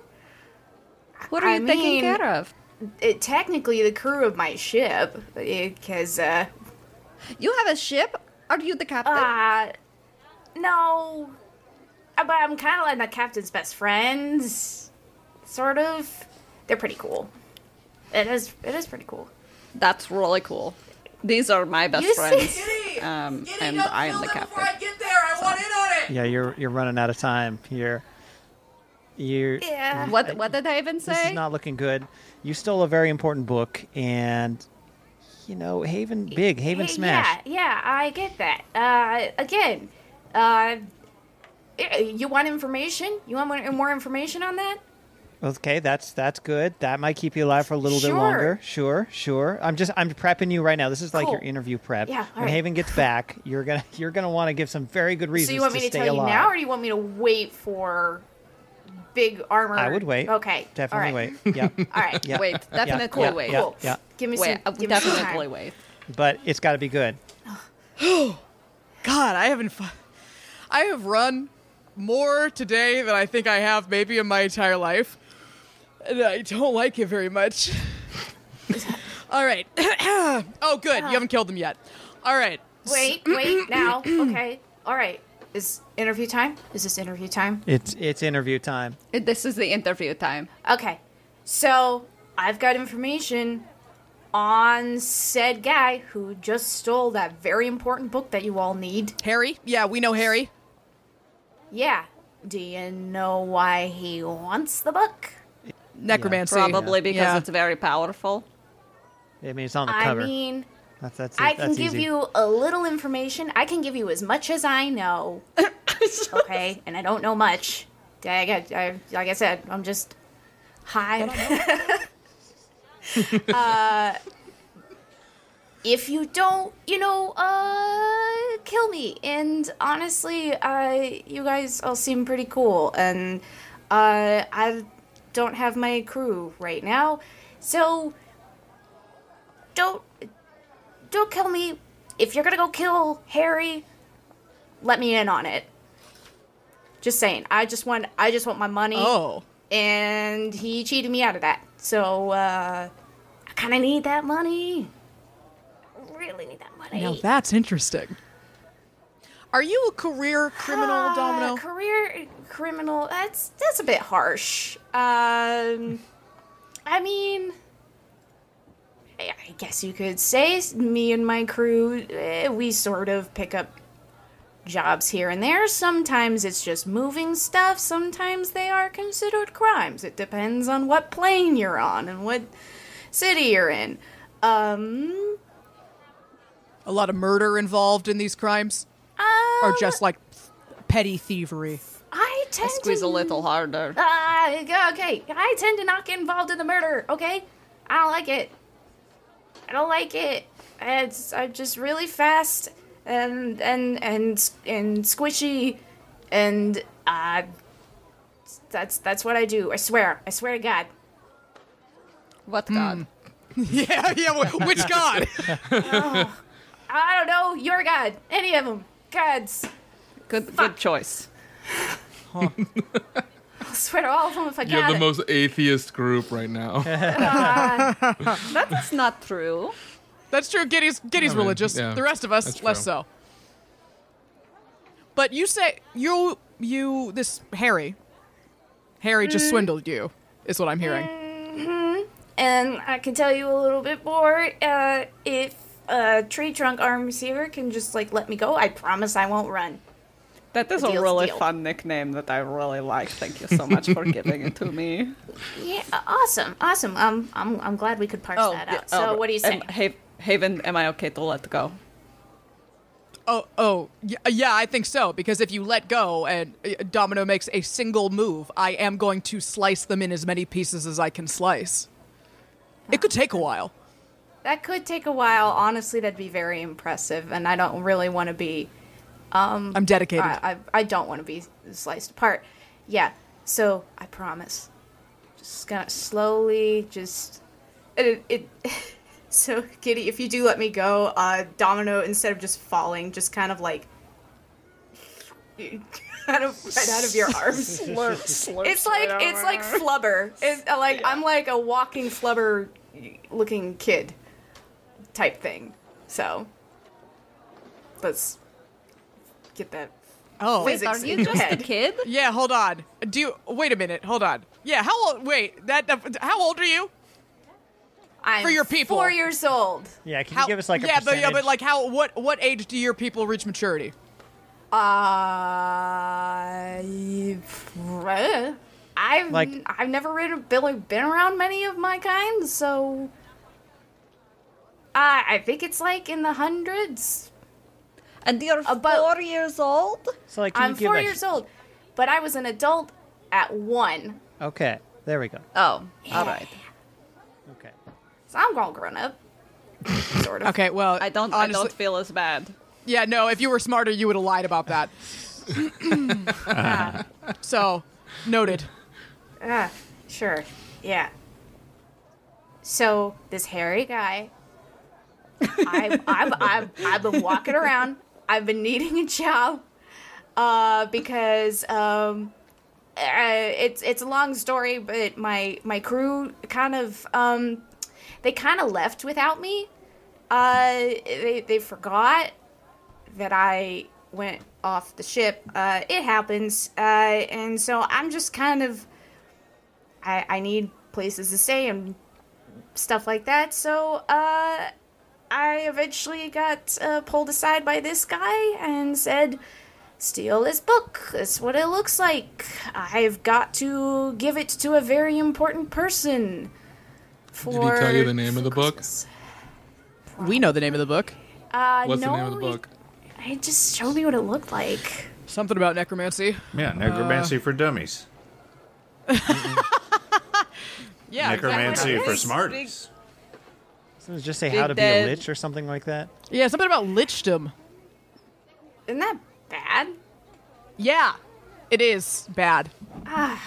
What are
I
you taking
mean,
care of?
It, technically, the crew of my ship, because, uh.
You have a ship? Are you the captain?
Uh. No. Uh, But I'm kind of like the captain's best friends. Sort of. They're pretty cool. It is, it is pretty cool.
That's really cool. These are my best
You see-
friends. Um, and I am the captain.
Yeah, you're you're running out of time here. You
Yeah. What what did I even
this
say?
is not looking good. You stole a very important book, and you know Haven big Haven
Hey,
smash.
Yeah, yeah, I get that. Uh, again, uh, eh, you want information? You want more- more information on that?
Okay, that's that's good. That might keep you alive for a little bit
Sure.
longer. Sure, sure. I'm just I'm prepping you right now. This is like your
Cool.
interview prep.
Yeah, all
when
right.
Haven gets back, you're gonna you're gonna want to give some very good reasons
so you want me to,
stay
tell
alive.
you now, or do you want me to wait for big armor?
I would wait.
Okay,
definitely
all right.
wait. Yeah.
All right.
Yeah.
Wait,
Yeah.
definitely
Yeah.
wait.
Yeah.
Cool.
yeah.
Give me
Wait,
some.
I
give me some time.
definitely wait.
But it's got to be good.
God, I haven't. Fu- I have run more today than I think I have maybe in my entire life, and I don't like it very much. All right. oh, good. You haven't killed them yet. All right.
Wait, wait, now. Okay, all right. Is interview time? Is this interview time?
It's it's interview time.
This is the interview time.
Okay, so I've got information on said guy who just stole that very important book that you all need.
Harry? Yeah, we know Harry.
Yeah. Do you know why he wants the book?
Necromancy.
Probably
Yeah.
because
Yeah.
it's very powerful.
I mean, it's on the
I
cover.
mean,
that's that's
I
that's
can give
easy.
you a little information. I can give you as much as I know. okay, and I don't know much. I got, I, like I said, I'm just high. uh, if you don't, you know, uh, kill me. And honestly, uh, you guys all seem pretty cool. And uh, I don't have my crew right now, so don't don't kill me. If you're gonna go kill Harry, let me in on it. Just saying. I just want I just want my money.
Oh.
And he cheated me out of that. So uh I kinda need that money. I really need that money.
Now that's interesting. Are you a career criminal,
Ah,
Domino?
Career criminal. That's that's a bit harsh. Um I mean I I guess you could say s- me and my crew, eh, we sort of pick up jobs here and there. Sometimes it's just moving stuff, sometimes they are considered crimes. It depends on what plane you're on and what city you're in. Um,
A lot of murder involved in these crimes? or just like petty thievery?
I tend
Squeeze
to
a little harder.
Ah, okay. I tend to not get involved in the murder. Okay, I don't like it. I don't like it. It's I'm just really fast and and and and squishy, and uh, that's that's what I do. I swear. I swear to God.
Hmm.
What god?
yeah, yeah. wh- Which god?
I don't know your God. Any of them. Gods.
Good good choice.
I swear to all of them if I
You're
got
the
it.
most atheist group right now.
That's not true.
That's true. Giddy's Giddy's
I mean,
religious.
yeah,
the rest of us
that's
less
true.
so. But you say you you this Harry. Harry just swindled you, is what I'm hearing.
and I can tell you a little bit more uh, if uh, tree trunk arm receiver can just like let me go. I promise I won't run.
That is a
Deal's
really
deal.
fun nickname that I really like. Thank you so much for giving it to me.
Yeah, uh, awesome, awesome. Um, I'm I'm glad we could parse that out.
yeah,
so
oh,
what do you
am-
say?
Ha- Haven, am I okay to let go?
Oh, oh, y- yeah, I think so. Because if you let go and uh, Domino makes a single move, I am going to slice them in as many pieces as I can slice. It could take a while.
That could take a while. Honestly, that'd be very impressive, and I don't really want to be.
I'm dedicated.
I I, I don't want to be sliced apart. Yeah. So I promise. Just gonna slowly, just it. it So, Kitty, if you do let me go, uh, Domino, instead of just falling, just kind of like out of right out of your arms.
Slurp, slurp
it's like
right
it's
out.
like flubber. It's uh, like I'm like a walking flubber looking kid type thing. So let's get that.
Oh,
Wait, physics are you in your just a head.
kid? Yeah, hold on. Do you, wait a minute. Hold on. Yeah, how old? Wait, that. How old are you?
I'm
for your people.
four years old.
Yeah, can
How-
you give us like a
yeah, but yeah,
percentage?
but like how? What what age do your people reach maturity?
Uh, I've
Like-
I've never really been, been around many of my kind, so I I think it's like in the hundreds. uh,
And you're four years old.
So like,
I'm four years old, but I was an adult at one,
Okay, there we go.
Oh, all right.
Okay.
so I'm all grown up. Sort of.
Okay, well,
I don't. I
honestly-
don't feel as bad.
Yeah, no. If you were smarter, you would have lied about that. Yeah. So, noted.
Ah, sure, yeah. So this hairy guy, I've, I've, I've, I've been walking around. I've been needing a job uh, because um, uh, it's it's a long story, but my my crew kind of um, they kind of left without me. Uh, they they forgot that I went off the ship. Uh, it happens, uh, and so I'm just kind of I I need places to stay and stuff like that. So uh, I eventually got uh, pulled aside by this guy and said. Steal this book. That's what it looks like. I've got to give it to a very important person. For
Did he tell you the name of the book?
We know the name of the book.
Uh,
What's
no,
the name of the book?
It just showed me what it looked like.
Something about necromancy.
Yeah, necromancy for dummies.
Yeah,
necromancy
exactly.
for smarties.
Someone just say
Big
how to
dead.
be a lich or something like that.
Yeah, something about lichdom.
Isn't that bad?
Yeah, it is bad.
Ah,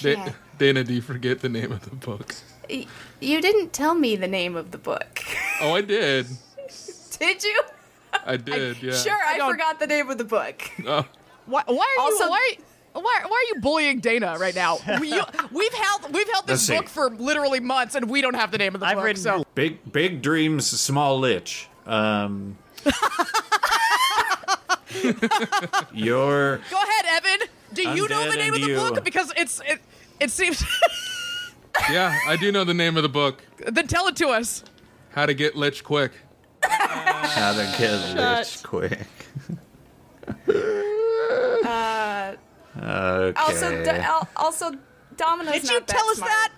Da- Dana, do you forget the name of the book?
y- you didn't tell me the name of the book,
Oh, I did.
did you?
I did. Yeah.
Sure, I,
don't-
forgot the name of the book.
Oh,
Why, why are
Also-
you? Why, why, why are you bullying Dana right now? We, you, we've held we've held this
Let's
book for literally months, and we don't have the name of the book. so
Big big dreams, small lich. Um, your
go ahead, Evan. Do you know
Undead
the name of
and
the
you.
book? Because it's it it seems.
yeah, I do know the name of the book.
then tell it to us.
How to get lich quick.
How to get
Shut.
lich quick.
Uh,
Okay.
Also, do- al- also, Domino's. Did you tell us that?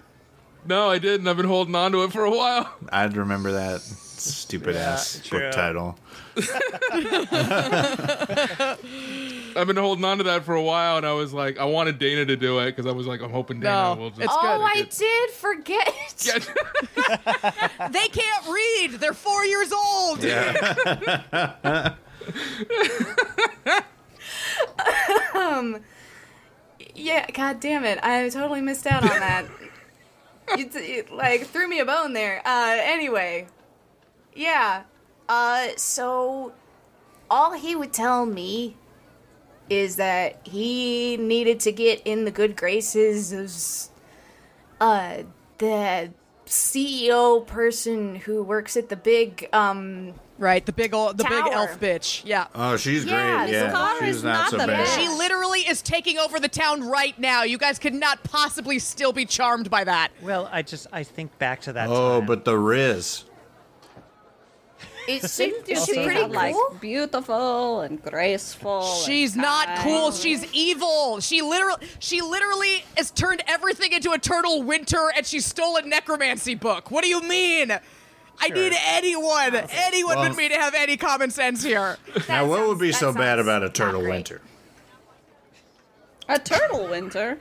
No, I didn't. I've been holding on to it for a while.
I'd remember that stupid ass book title.
I've been holding on to that for a while, and I was like, I wanted Dana to do it because I was like, I'm hoping Dana will just.
oh, I did forget.
They can't read. They're four years old.
Yeah.
um, yeah, god damn it. I totally missed out on that. you, t- you, like, threw me a bone there. Uh, anyway. Yeah. Uh, so, all he would tell me is that he needed to get in the good graces of, s- uh, the CEO person who works at the big, um,
Right, the big old, the
Tower.
big elf bitch. Yeah.
Oh, she's
Yeah, the
great. Yeah,
car
she's
is
not,
not
so
the
bad.
She literally is taking over the town right now. You guys could not possibly still be charmed by that.
Well, I just I think back to that.
Oh, but the Riz.
It
seemed
she's
to be
pretty
like
cool.
beautiful and graceful. and
She's not
kind.
cool. She's evil. She literally she literally has turned everything into eternal winter and she stole a necromancy book. What do you mean? I need anyone, anyone
Well-
with me to have any common sense here.
Now, what would be so bad about a turtle winter?
a turtle winter.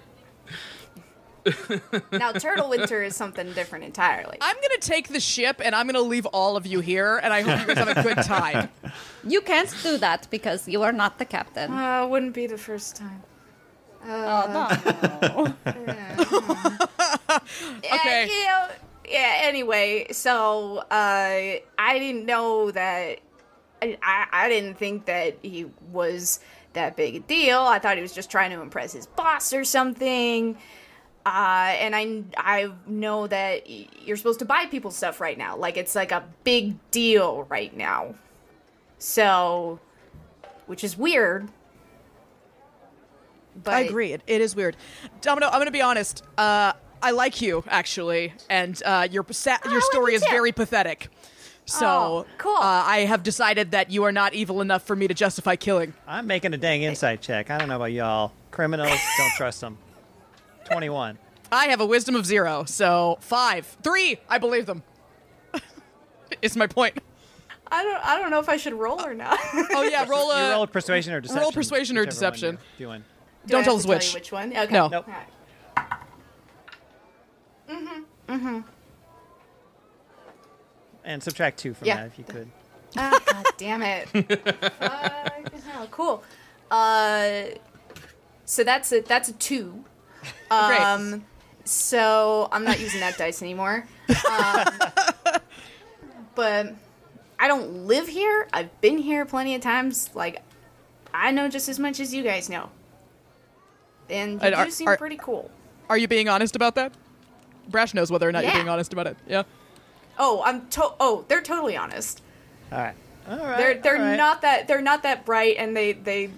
now, Turtle Winter is something different entirely.
I'm gonna take the ship and I'm gonna leave all of you here and I hope you guys have a good time.
You can't do that because you are not the captain.
Uh, wouldn't be the first time. Uh,
oh no.
Okay.
you know, yeah, anyway, so uh, I didn't know that. I, I I didn't think that he was that big a deal. I thought he was just trying to impress his boss or something. Uh, and I I know that y- you're supposed to buy people stuff right now. Like it's like a big deal right now. So, which is weird. But
I agree. It, it is weird. Domino, I'm going to be honest. Uh, I like you actually, and uh, your sa-
Oh,
your story is very pathetic. So cool. Uh, I have decided that you are not evil enough for me to justify killing.
I'm making a dang insight check. I don't know about y'all. Criminals, don't trust them. 21.
I have a wisdom of zero, so five, three. I believe them. it's my point.
I don't I don't know if I should roll or not.
oh yeah,
Uh,
roll
you
a
roll persuasion or deception.
roll persuasion or
whichever one
deception.
you're Doing.
Do
Don't
I
tell
have
us
to
which.
you which one? Okay.
No.
Nope.
Mhm. Mhm.
And subtract two from
Yeah.
that if you could.
Ah, God damn it. Fucking hell, Cool. Uh, so that's a that's a two.
uh, Great.
Um, So I'm not using that dice anymore. Um, but I don't live here. I've been here plenty of times. Like I know just as much as you guys know. And you
And
do
are-
seem
are-
pretty cool.
Are you being honest about that? Brash knows whether or not
Yeah.
you're being honest about it. Yeah.
Oh, I'm to- oh, they're totally honest.
All right. All right.
they're they're
all right.
not that they're not that bright and they they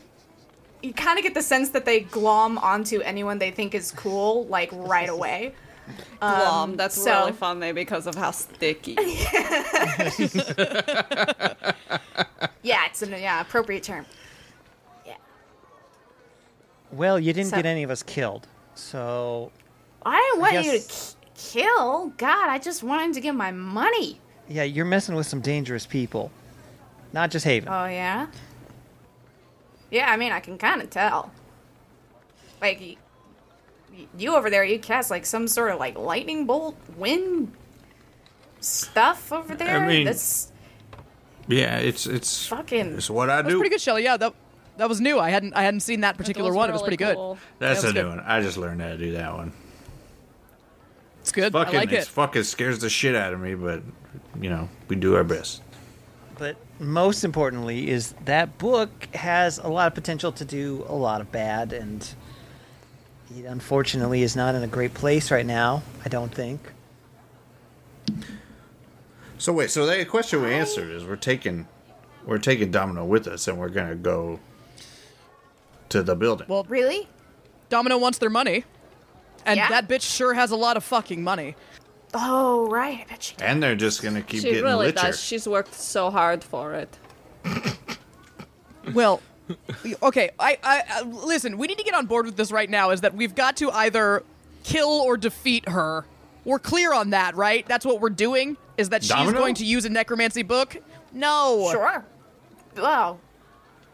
you kind of get the sense that they glom onto anyone they think is cool like right away Um,
Glom, that's
so-
really funny because of how sticky.
yeah it's an yeah appropriate term
Well, you didn't
So-
get any of us killed. So,
i didn't want
I
you to k- kill god i just wanted to get my money
yeah, you're messing with some dangerous people. Not just Haven.
oh yeah yeah i mean i can kind of tell like y- y- you over there you cast like some sort of like lightning bolt wind stuff over there
mean-
that's
Yeah, it's it's
fucking
it's what I
That was pretty good, Shelly. Yeah, that that was new. I hadn't I hadn't seen that particular one. it was pretty good.
That's a
That was
new
good.
one. I just learned how to do that one.
It's good.
Fucking,
I like
it's
it.
fucking scares the shit out of me, but you know we do our best.
But most importantly, is that book has a lot of potential to do a lot of bad, and it unfortunately is not in a great place right now, I don't think.
So wait, so the question we answered is we're taking we're taking Domino with us and we're gonna go to the building.
Well,
really?
Domino wants their money. And
Yeah.
that bitch sure has a lot of fucking money.
oh right i bet she
and they're just gonna keep
she
getting
really
richer.
does. She's worked so hard for it.
Well, okay, I, I, I listen, we need to get on board with this right now is that we've got to either kill or defeat her. We're clear on that, right? That's what we're doing is that she's
Domino?
going to use a necromancy book? No.
Sure. Well,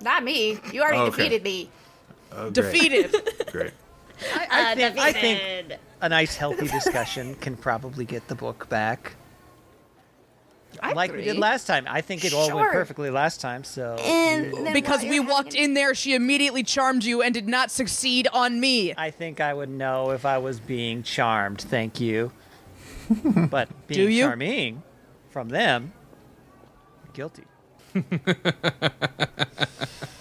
not me. You already
Okay.
defeated me.
Oh,
Defeated.
Great.
Uh,
I think, I think a nice, healthy discussion can probably get the book back. like we did
agree.
last time. I think it all went
Sure.
perfectly last time, so.
because we walked in there, she immediately charmed you and did not succeed on me.
I think I would know if I was being charmed, thank you. But being
you?
charming from them, guilty.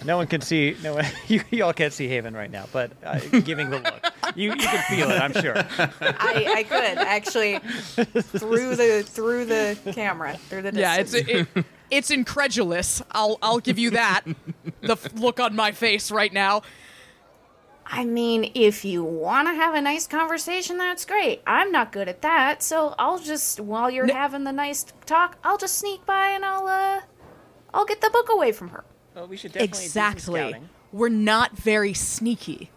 no one can see. No one. You, you all can't see Haven right now, but uh, giving the look, you you can feel it. I'm sure.
I, I could actually through the through the camera through the
Yeah, it's
distance.
it, it's incredulous. I'll I'll give you that. the f- look on my face right now.
I mean, if you want to have a nice conversation, that's great. I'm not good at that, so I'll just while you're having the nice talk, I'll just sneak by and I'll uh, I'll get the book away from her.
Well, we should
exactly. We're not very sneaky,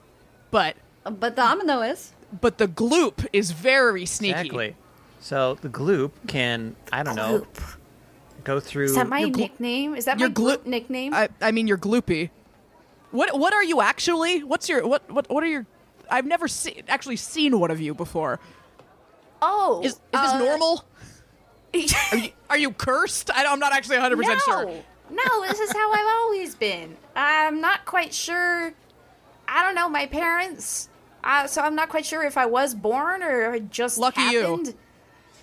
but
but Domino is.
But the gloop is very sneaky.
Exactly. So the gloop can I don't know go through.
Is that my nickname? Is that my
your glo-
group nickname?
I, I mean, you're gloopy. What what are you actually? What's your what what what are your? I've never seen actually seen one of you before.
oh,
Is, is this normal? Are you, are you cursed? I don't, I'm not actually 100 percent sure.
No, no, this is how I've always been. I'm not quite sure. I don't know my parents, uh, so I'm not quite sure if I was born or it just
Lucky you.
happened.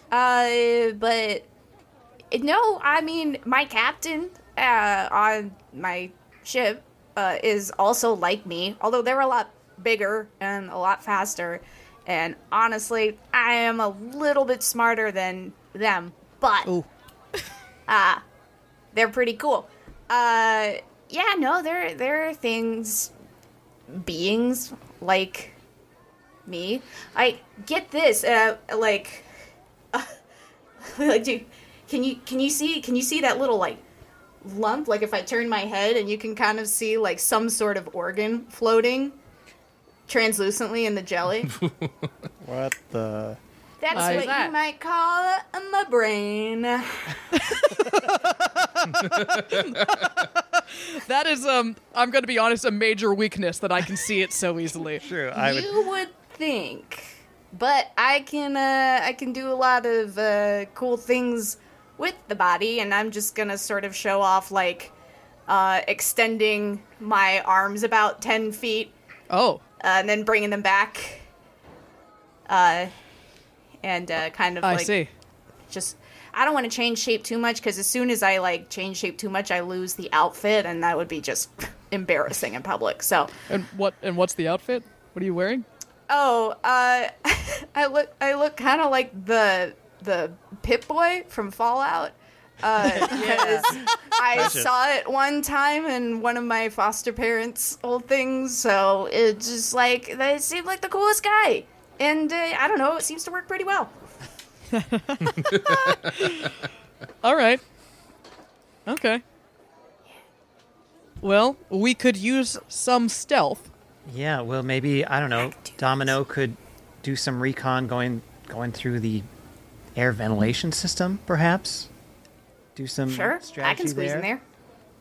Uh, but no, I mean my captain uh, on my ship uh, is also like me, although they're a lot bigger and a lot faster. And honestly, I am a little bit smarter than them, but uh, they're pretty cool. Uh, yeah, no, there there are things, beings like me. I get this. Uh, like, like, dude, can you can you see can you see that little like lump? Like, if I turn my head and you can kind of see like some sort of organ floating translucently in the jelly.
What the?
That's
I-
what you might call my brain.
That is, um, I'm going to be honest, a major weakness that I can see it so easily.
True,
you would think, but I can uh, I can do a lot of uh, cool things with the body, and I'm just gonna sort of show off like uh, extending my arms about ten feet.
Oh,
uh, and then bringing them back, uh, and uh, kind of
I
like
see.
just. I don't want to change shape too much because as soon as I like change shape too much, I lose the outfit, and that would be just embarrassing in public. So
And what? And what's the outfit? What are you wearing?
Oh, uh, I look I look kind of like the the Pip Boy from Fallout. Uh, because I
Gotcha.
saw it one time in one of my foster parents' old things, so it just like they seemed like the coolest guy, and uh, I don't know, it seems to work pretty well.
All right. Okay. Well, we could use some stealth.
Yeah, well, maybe I don't know. Domino could do some recon going going through the air ventilation system, perhaps. Do some
Sure,
Hmm. strategy
I can squeeze
there
in there.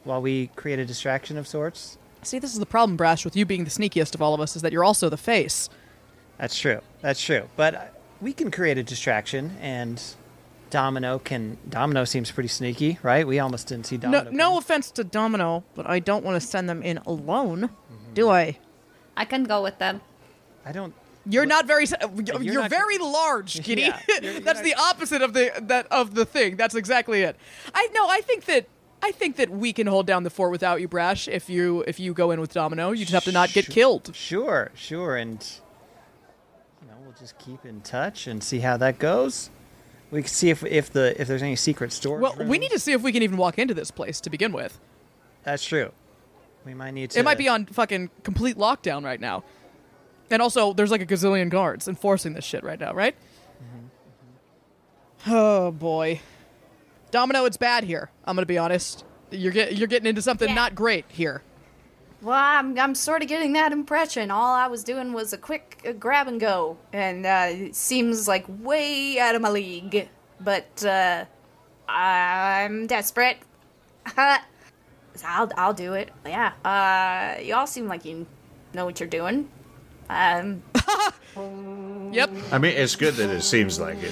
while we create a distraction of sorts.
See, this is the problem, Brash, with you being the sneakiest of all of us, is that you're also the face.
That's true. That's true. But uh, we can create a distraction, and Domino can. Domino seems pretty sneaky, right? We almost didn't see Domino.
No, no offense to Domino, but I don't want to send them in alone,
Mm-hmm.
do I?
I can go with them.
I don't.
You're not very. se- You're, you're
not-
very large, Giddy.
Yeah,
That's the opposite of the that of the thing. That's exactly it. I no. I think that I think that we can hold down the fort without you, Brash. If you if you go in with Domino, you just have to not get killed.
Sure, sure, and you know we'll just keep in touch and see how that goes. We can see if if the if there's any secret storage.
Well, we
room.
need to see if we can even walk into this place to begin with.
That's true. We might need to.
It might be on fucking complete lockdown right now. And also, there's like a gazillion guards enforcing this shit right now, right? Oh boy, Domino, it's bad here. I'm gonna be honest. You're get, you're getting into something not great here.
Well, I'm I'm sort of getting that impression. All I was doing was a quick uh, grab and go, and uh, it seems like way out of my league. But uh, I'm desperate. So I'll I'll do it. Yeah. Uh, you all seem like you know what you're doing. Um.
yep.
I mean, it's good that it seems like it.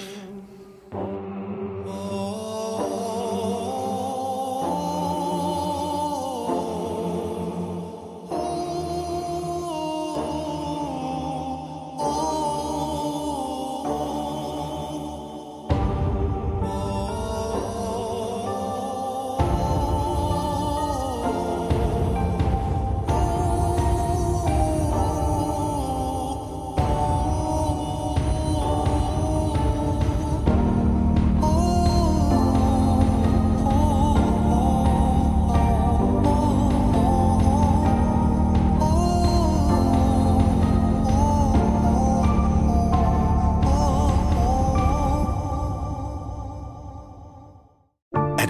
At